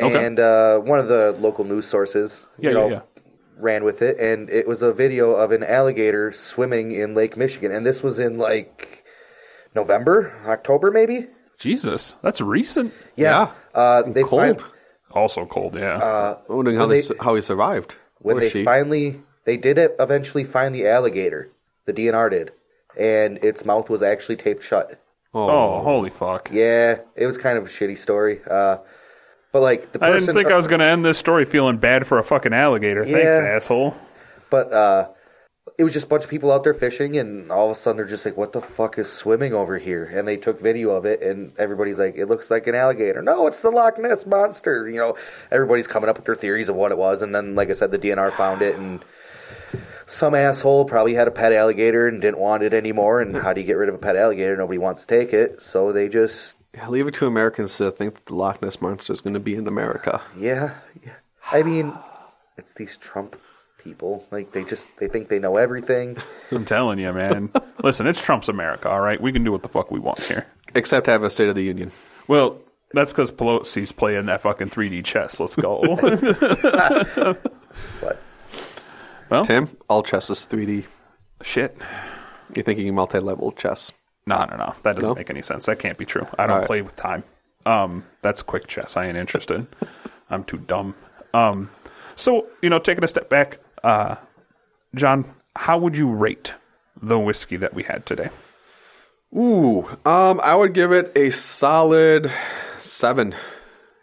Speaker 2: Okay.
Speaker 1: and uh, one of the local news sources,
Speaker 2: Yeah,
Speaker 1: you
Speaker 2: yeah,
Speaker 1: know,
Speaker 2: yeah.
Speaker 1: ran with it, and it was a video of an alligator swimming in Lake Michigan, and this was in like November, October, maybe.
Speaker 2: Jesus, that's recent.
Speaker 1: Yeah, Uh, they
Speaker 3: cold.
Speaker 1: fin-
Speaker 2: Also cold. Yeah.
Speaker 3: I'm wondering how
Speaker 1: when
Speaker 3: they,
Speaker 1: they-
Speaker 3: how he survived.
Speaker 1: when
Speaker 3: Or
Speaker 1: they
Speaker 3: she.
Speaker 1: finally they did it eventually find the alligator the dnr did and its mouth was actually taped shut
Speaker 2: oh, holy fuck.
Speaker 1: yeah it was kind of a shitty story uh, but like the
Speaker 2: I
Speaker 1: person
Speaker 2: didn't think I was going to end this story feeling bad for a fucking alligator. Thanks,
Speaker 1: Yeah.
Speaker 2: asshole.
Speaker 1: but uh, it was just a bunch of people out there fishing and all of a sudden they're just like what the fuck is swimming over here and they took video of it and everybody's like it looks like an alligator no it's the loch ness monster you know everybody's coming up with their theories of what it was and then like i said the dnr found it and some asshole probably had a pet alligator and didn't want it anymore. And how do you get rid of a pet alligator? Nobody wants to take it, so they just
Speaker 3: Yeah, leave it to Americans to think that the Loch Ness monster is going to be in America.
Speaker 1: yeah. yeah. I mean, It's these Trump people. Like they just they think they know everything.
Speaker 2: I'm telling you, man. <laughs> Listen, it's Trump's America, all right? We can do what the fuck we want here.
Speaker 3: Except have a State of the Union.
Speaker 2: Well, that's because Pelosi's playing that fucking 3D chess. Let's
Speaker 3: <laughs>
Speaker 2: go.
Speaker 1: But
Speaker 3: Tim, all chess is 3D.
Speaker 2: Shit.
Speaker 3: You're thinking multi-level chess.
Speaker 2: No, no, no. That doesn't
Speaker 3: No?
Speaker 2: make any sense. That can't be true. I don't
Speaker 3: All right.
Speaker 2: play with time. Um, that's quick chess. I ain't interested. <laughs> I'm too dumb. Um, so you know, taking a step back, uh, John, how would you rate the whiskey that we had today?
Speaker 3: Ooh, um, I would give it a solid seven,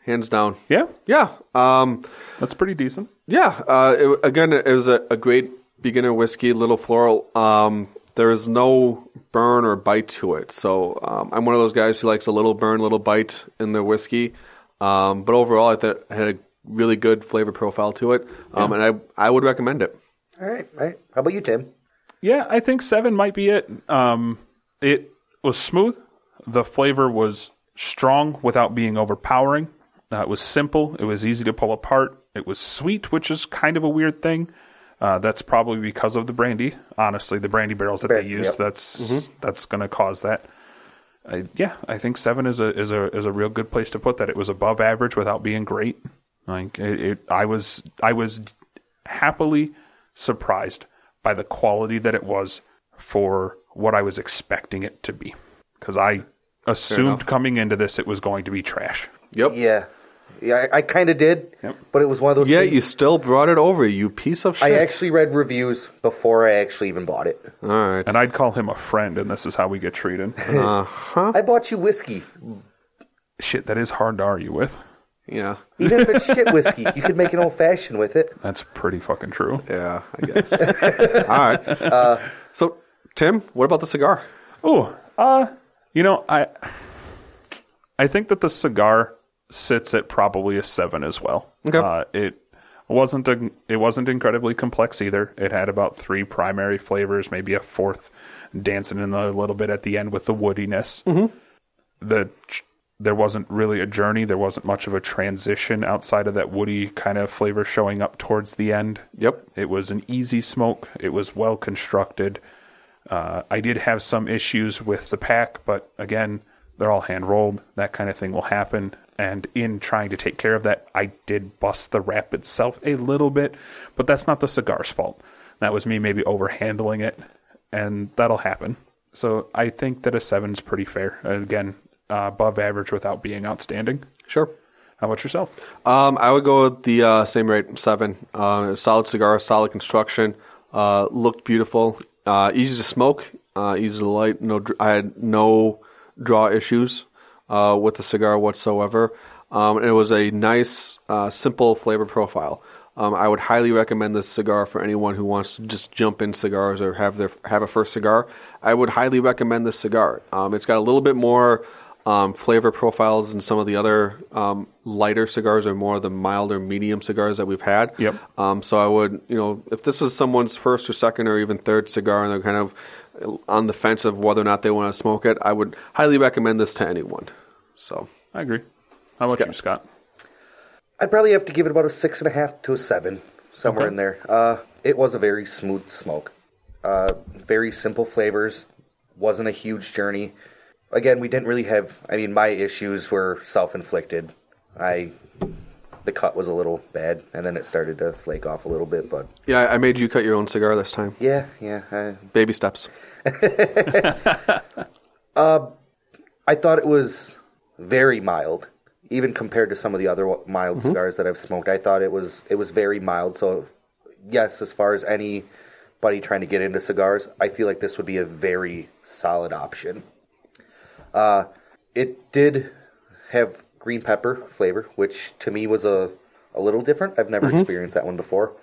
Speaker 3: hands down.
Speaker 2: Yeah,
Speaker 3: Yeah, um,
Speaker 2: that's pretty decent.
Speaker 3: yeah. Uh, it, again, it was a, a great beginner whiskey, little floral. Um, there is no burn or bite to it, so um, I'm one of those guys who likes a little burn, little bite in their whiskey. Um, but overall, I thought it had a really good flavor profile to it, um, and I I would recommend it.
Speaker 1: all right, all right. How about you, Tim?
Speaker 2: Yeah, I think seven might be it. Um, it was smooth. The flavor was strong without being overpowering. Uh, it was simple. It was easy to pull apart. It was sweet, which is kind of a weird thing. Uh, that's probably because of the brandy. Honestly, the brandy barrels that they
Speaker 1: Brandy,
Speaker 2: used
Speaker 1: yep.
Speaker 2: that's that's going to cause that. I, yeah, I think seven is a is a is a real good place to put that. It was above average without being great. Like it, it I was I was happily surprised by the quality that it was for what I was expecting it to be. Because I assumed coming into this it was going to be trash.
Speaker 3: Yep.
Speaker 1: Yeah, yeah. I, I kind of did, but it was one of those.
Speaker 3: Yeah,
Speaker 1: things,
Speaker 3: you still brought it over, you piece of shit.
Speaker 1: I actually read reviews before I actually even bought it.
Speaker 3: All right.
Speaker 2: And I'd call him a friend, and this is how we get treated.
Speaker 1: I bought you whiskey,
Speaker 2: Shit, that is hard to argue with.
Speaker 3: Yeah.
Speaker 1: even if it's shit whiskey. You could make an old fashioned with it.
Speaker 2: That's pretty fucking true.
Speaker 3: Yeah, I
Speaker 1: <laughs>
Speaker 3: guess. All right.
Speaker 1: Uh,
Speaker 3: so, Tim, what about the cigar?
Speaker 2: Oh, uh, you know, I I think that the cigar sits at probably a seven as well.
Speaker 3: Okay.
Speaker 2: Uh, it wasn't a, it wasn't incredibly complex either. It had about three primary flavors, maybe a fourth dancing in the, a little bit at the end with the woodiness.
Speaker 3: Mm-hmm.
Speaker 2: The there wasn't really a journey. There wasn't much of a transition outside of that woody kind of flavor showing up towards the end.
Speaker 3: Yep.
Speaker 2: It was an easy smoke. It was well constructed. Uh, I did have some issues with the pack, but again, they're all hand rolled. That kind of thing will happen. And in trying to take care of that, I did bust the wrap itself a little bit, but that's not the cigar's fault. That was me maybe overhandling it, and that'll happen. So I think that a seven's pretty fair. Again, uh, above average without being outstanding.
Speaker 3: Sure.
Speaker 2: How about yourself?
Speaker 3: Um, I would go with the uh, same rate, seven. Uh, solid cigar, solid construction. Uh, looked beautiful. Uh, easy to smoke. Uh, easy to light. No, dr- I had no draw issues uh, with the cigar whatsoever. Um, it was a nice, uh, simple flavor profile. Um, I would highly recommend this cigar for anyone who wants to just jump in cigars or have their have a first cigar. I would highly recommend this cigar. Um, it's got a little bit more um, flavor profiles and some of the other um, lighter cigars are more of the milder medium cigars that we've had.
Speaker 2: Yep.
Speaker 3: Um, so I would, you know, if this is someone's first or second or even third cigar and they're kind of on the fence of whether or not they want to smoke it, I would highly recommend this to anyone. So
Speaker 2: I agree. How about you, Scott?
Speaker 1: I'd probably have to give it about a six and a half to a seven, somewhere
Speaker 2: Okay.
Speaker 1: in there. Uh, it was a very smooth smoke, uh, very simple flavors. Wasn't a huge journey. Again, we didn't really have. I mean, my issues were self-inflicted. I the cut was a little bad, and then it started to flake off a little bit. But
Speaker 3: yeah, I- I made you cut your own cigar this time.
Speaker 1: yeah, yeah, I,
Speaker 3: Baby steps.
Speaker 1: I thought it was very mild, even compared to some of the other wa- mild cigars that I've smoked. I thought it was it was very mild. So, yes, as far as anybody trying to get into cigars, I feel like this would be a very solid option. Uh, it did have green pepper flavor, which to me was a a little different. I've never experienced that one before.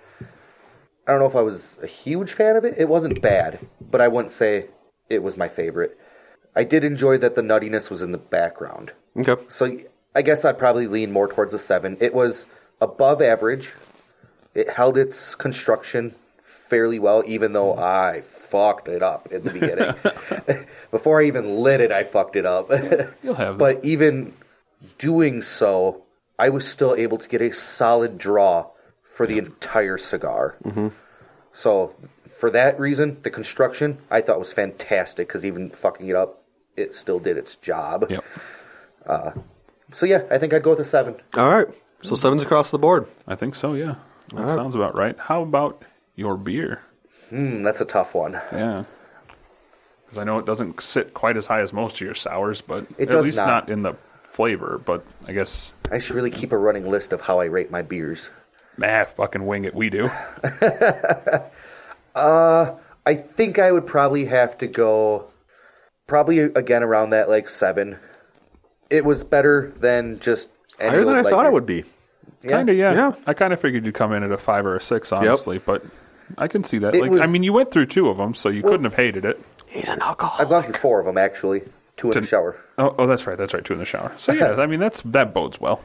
Speaker 1: I don't know if I was a huge fan of it. It wasn't bad, but I wouldn't say it was my favorite. I did enjoy that the nuttiness was in the background.
Speaker 3: Okay.
Speaker 1: So I guess I'd probably lean more towards a seven. It was above average. It held its construction fairly well, even though I fucked it up in the
Speaker 2: <laughs>
Speaker 1: beginning. Before I even lit it, I fucked it up.
Speaker 2: You'll have that.
Speaker 1: but even doing so, I was still able to get a solid draw for the entire cigar.
Speaker 2: Mm-hmm.
Speaker 1: So for that reason, the construction I thought was fantastic because even fucking it up, it still did its job.
Speaker 2: Yep.
Speaker 1: So yeah, I think I'd go with a seven.
Speaker 3: All right. So sevens across the board.
Speaker 2: I think so, yeah. That sounds about right. How about your beer?
Speaker 1: Hmm, that's a tough one.
Speaker 2: Yeah. Because I know it doesn't sit quite as high as most of your sours, but
Speaker 1: It
Speaker 2: at
Speaker 1: does
Speaker 2: least
Speaker 1: not.
Speaker 2: not. in the flavor. But I guess,
Speaker 1: I should really keep a running list of how I rate my beers.
Speaker 2: nah, fucking wing it. We do.
Speaker 1: I think I would probably have to go probably again around that like seven. It was better than just any
Speaker 3: Higher than I
Speaker 1: old
Speaker 3: thought
Speaker 1: Lager.
Speaker 3: it would be.
Speaker 1: Yeah.
Speaker 2: Kind of, yeah.
Speaker 3: Yeah.
Speaker 2: I kind of figured you'd come in at a five or a six, honestly, but I can see that.
Speaker 1: It
Speaker 2: like, I
Speaker 1: was-
Speaker 2: mean, you went through two of them, so you couldn't have hated it.
Speaker 3: He's an alcohol.
Speaker 1: I've gone through four of them actually. Two in the
Speaker 2: Didn't-
Speaker 1: shower.
Speaker 2: Oh, oh, that's right. That's right. Two in the shower.
Speaker 1: <laughs>
Speaker 2: So yeah, I mean, that's that bodes well.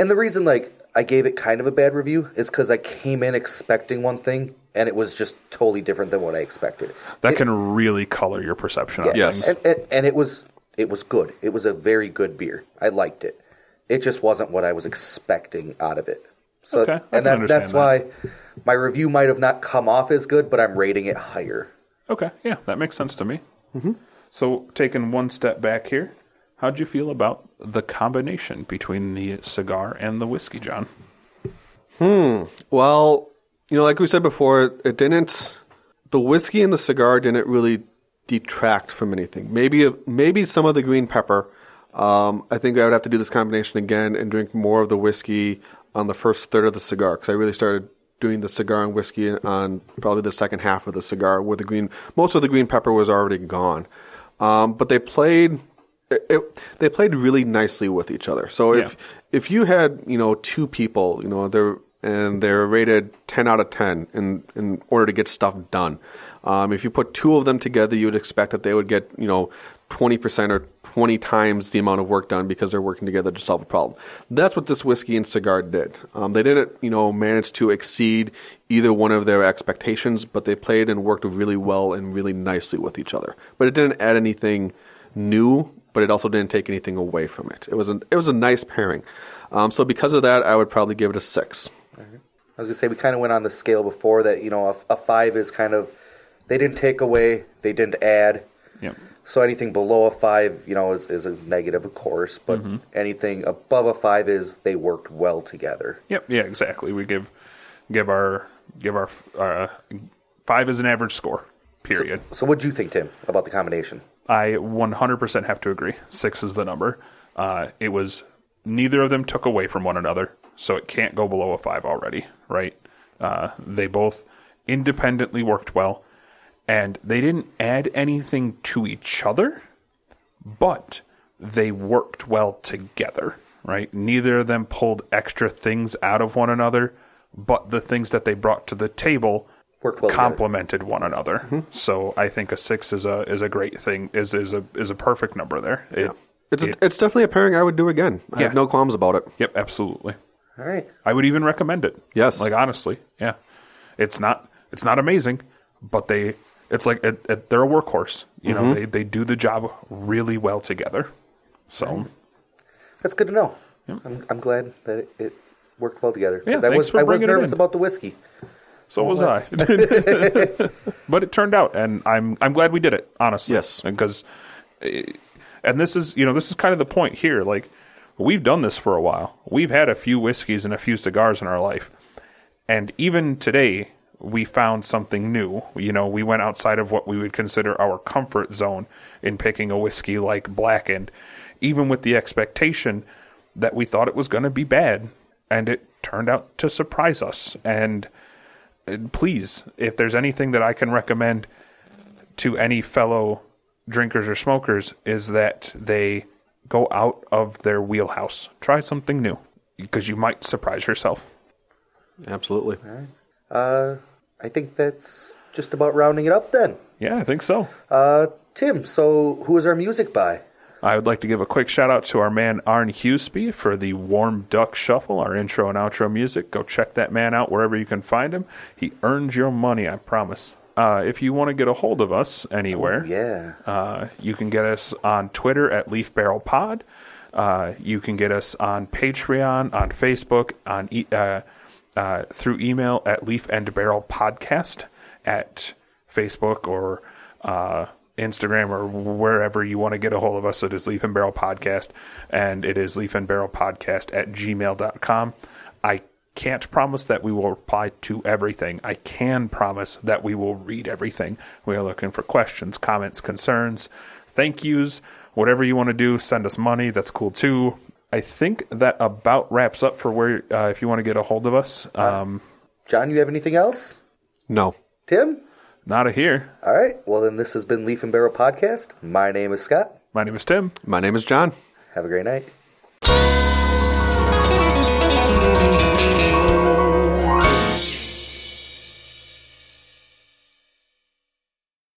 Speaker 1: And the reason like I gave it kind of a bad review is because I came in expecting one thing and it was just totally different than what I expected.
Speaker 2: That can really color your perception. of
Speaker 3: Yes.
Speaker 2: things.
Speaker 1: And, and, and it was it was good. It was a very good beer. I liked it. It just wasn't what I was expecting out of it. So
Speaker 2: Okay, I can
Speaker 1: and that,
Speaker 2: understand
Speaker 1: that's
Speaker 2: that.
Speaker 1: why my review might have not come off as good, but I'm rating it higher.
Speaker 2: Okay. Yeah, that makes sense to me. Mm-hmm. So taking one step back here, how'd you feel about the combination between the cigar and the whiskey, John?
Speaker 3: Well, you know, like we said before, it didn't. The whiskey and the cigar didn't really detract from anything. Maybe a, maybe some of the green pepper. Um, I think I would have to do this combination again and drink more of the whiskey on the first third of the cigar because I really started doing the cigar and whiskey on probably the second half of the cigar where the green most of the green pepper was already gone. Um, but they played it, it, they played really nicely with each other. So if
Speaker 2: Yeah.
Speaker 3: if you had you know two people you know they're and they're rated 10 out of 10 in, in order to get stuff done um, if you put two of them together you would expect that they would get you know 20% or 20 times the amount of work done because they're working together to solve a problem that's what this whiskey and cigar did um, they didn't you know manage to exceed either one of their expectations but they played and worked really well and really nicely with each other but it didn't add anything new, but it also didn't take anything away from it. It was an, it was a nice pairing. Um, so because of that, I would probably give it a six.
Speaker 1: I was gonna say we kind of went on the scale before that. You know, a, a five is kind of they didn't take away, they didn't add.
Speaker 2: Yep.
Speaker 1: So anything below a five, you know, is, is a negative, of course. But
Speaker 2: Mm-hmm.
Speaker 1: anything above a five is they worked well together.
Speaker 2: Yep. Yeah. Exactly. We give give our give our uh, five is an average score. Period.
Speaker 1: So what do you think, Tim, about the combination?
Speaker 2: I 100% have to agree. Six is the number. Uh, it was neither of them took away from one another, so it can't go below a five already, right? Uh, they both independently worked well, and they didn't add anything to each other, but they worked well together, right? Neither of them pulled extra things out of one another, but the things that they brought to the table
Speaker 1: Worked well together.
Speaker 2: complemented one another.
Speaker 3: Mm-hmm.
Speaker 2: So I think a six is a is a great thing is is a is a perfect number there. It-
Speaker 3: It's
Speaker 2: it-
Speaker 3: a, it's definitely a pairing I would do again. I
Speaker 2: Yeah.
Speaker 3: have no qualms about it.
Speaker 2: yep, absolutely.
Speaker 1: All right.
Speaker 2: I would even recommend it.
Speaker 3: Yes.
Speaker 2: like honestly, yeah. It's not it's not amazing, but they it's like it, it, they're a workhorse. You
Speaker 3: Mm-hmm.
Speaker 2: know, they they do the job really well together. So
Speaker 1: That's good to know. I'm, I'm glad that it, it worked well together. 'Cause
Speaker 2: Yeah,
Speaker 1: I
Speaker 2: thanks
Speaker 1: was
Speaker 2: for
Speaker 1: I was
Speaker 2: bringing it
Speaker 1: nervous
Speaker 2: in.
Speaker 1: about the whiskey.
Speaker 2: so was I.
Speaker 3: <laughs>
Speaker 2: <laughs> but it turned out, and I'm I'm glad we did it. Honestly,
Speaker 3: Yes.
Speaker 2: because and this is you know this is kind of the point here. Like we've done this for a while. We've had a few whiskeys and a few cigars in our life, and even today we found something new. You know, we went outside of what we would consider our comfort zone in picking a whiskey like Blackened, even with the expectation that we thought it was going to be bad, and it turned out to surprise us. And uh, please, if there's anything that I can recommend to any fellow drinkers or smokers is that they go out of their wheelhouse. Try something new because you might surprise yourself.
Speaker 3: Absolutely.
Speaker 1: Uh, I think that's just about rounding it up then.
Speaker 2: Yeah, I think so.
Speaker 1: Uh, Tim, so who is our music by?
Speaker 2: I would like to give a quick shout out to our man Arn Hughesby for the Warm Duck Shuffle, our intro and outro music. Go check that man out wherever you can find him. He earns your money, I promise. Uh, if you want to get a hold of us anywhere,
Speaker 1: Oh, Yeah.
Speaker 2: Uh, you can get us on Twitter at Leaf Barrel Pod. Uh, you can get us on Patreon, on Facebook, on e- uh, uh, through email at Leaf and Barrel Podcast at Facebook or uh, Instagram or wherever you want to get a hold of us. It is Leaf and Barrel Podcast, and it is Leaf and Barrel Podcast at gmail.com. I can't promise that we will reply to everything. I can promise that we will read everything. We are looking for questions, comments, concerns, thank yous, whatever you want to do. Send us money. That's cool too. I think that about wraps up for where uh, if you want to get a hold of us. Um,
Speaker 1: John, you have anything else?
Speaker 3: No.
Speaker 1: Tim?
Speaker 2: not a here.
Speaker 1: All right. Well, then this has been Leaf and Barrel Podcast. My name is Scott.
Speaker 2: My name is Tim.
Speaker 3: My name is John.
Speaker 1: Have a great night.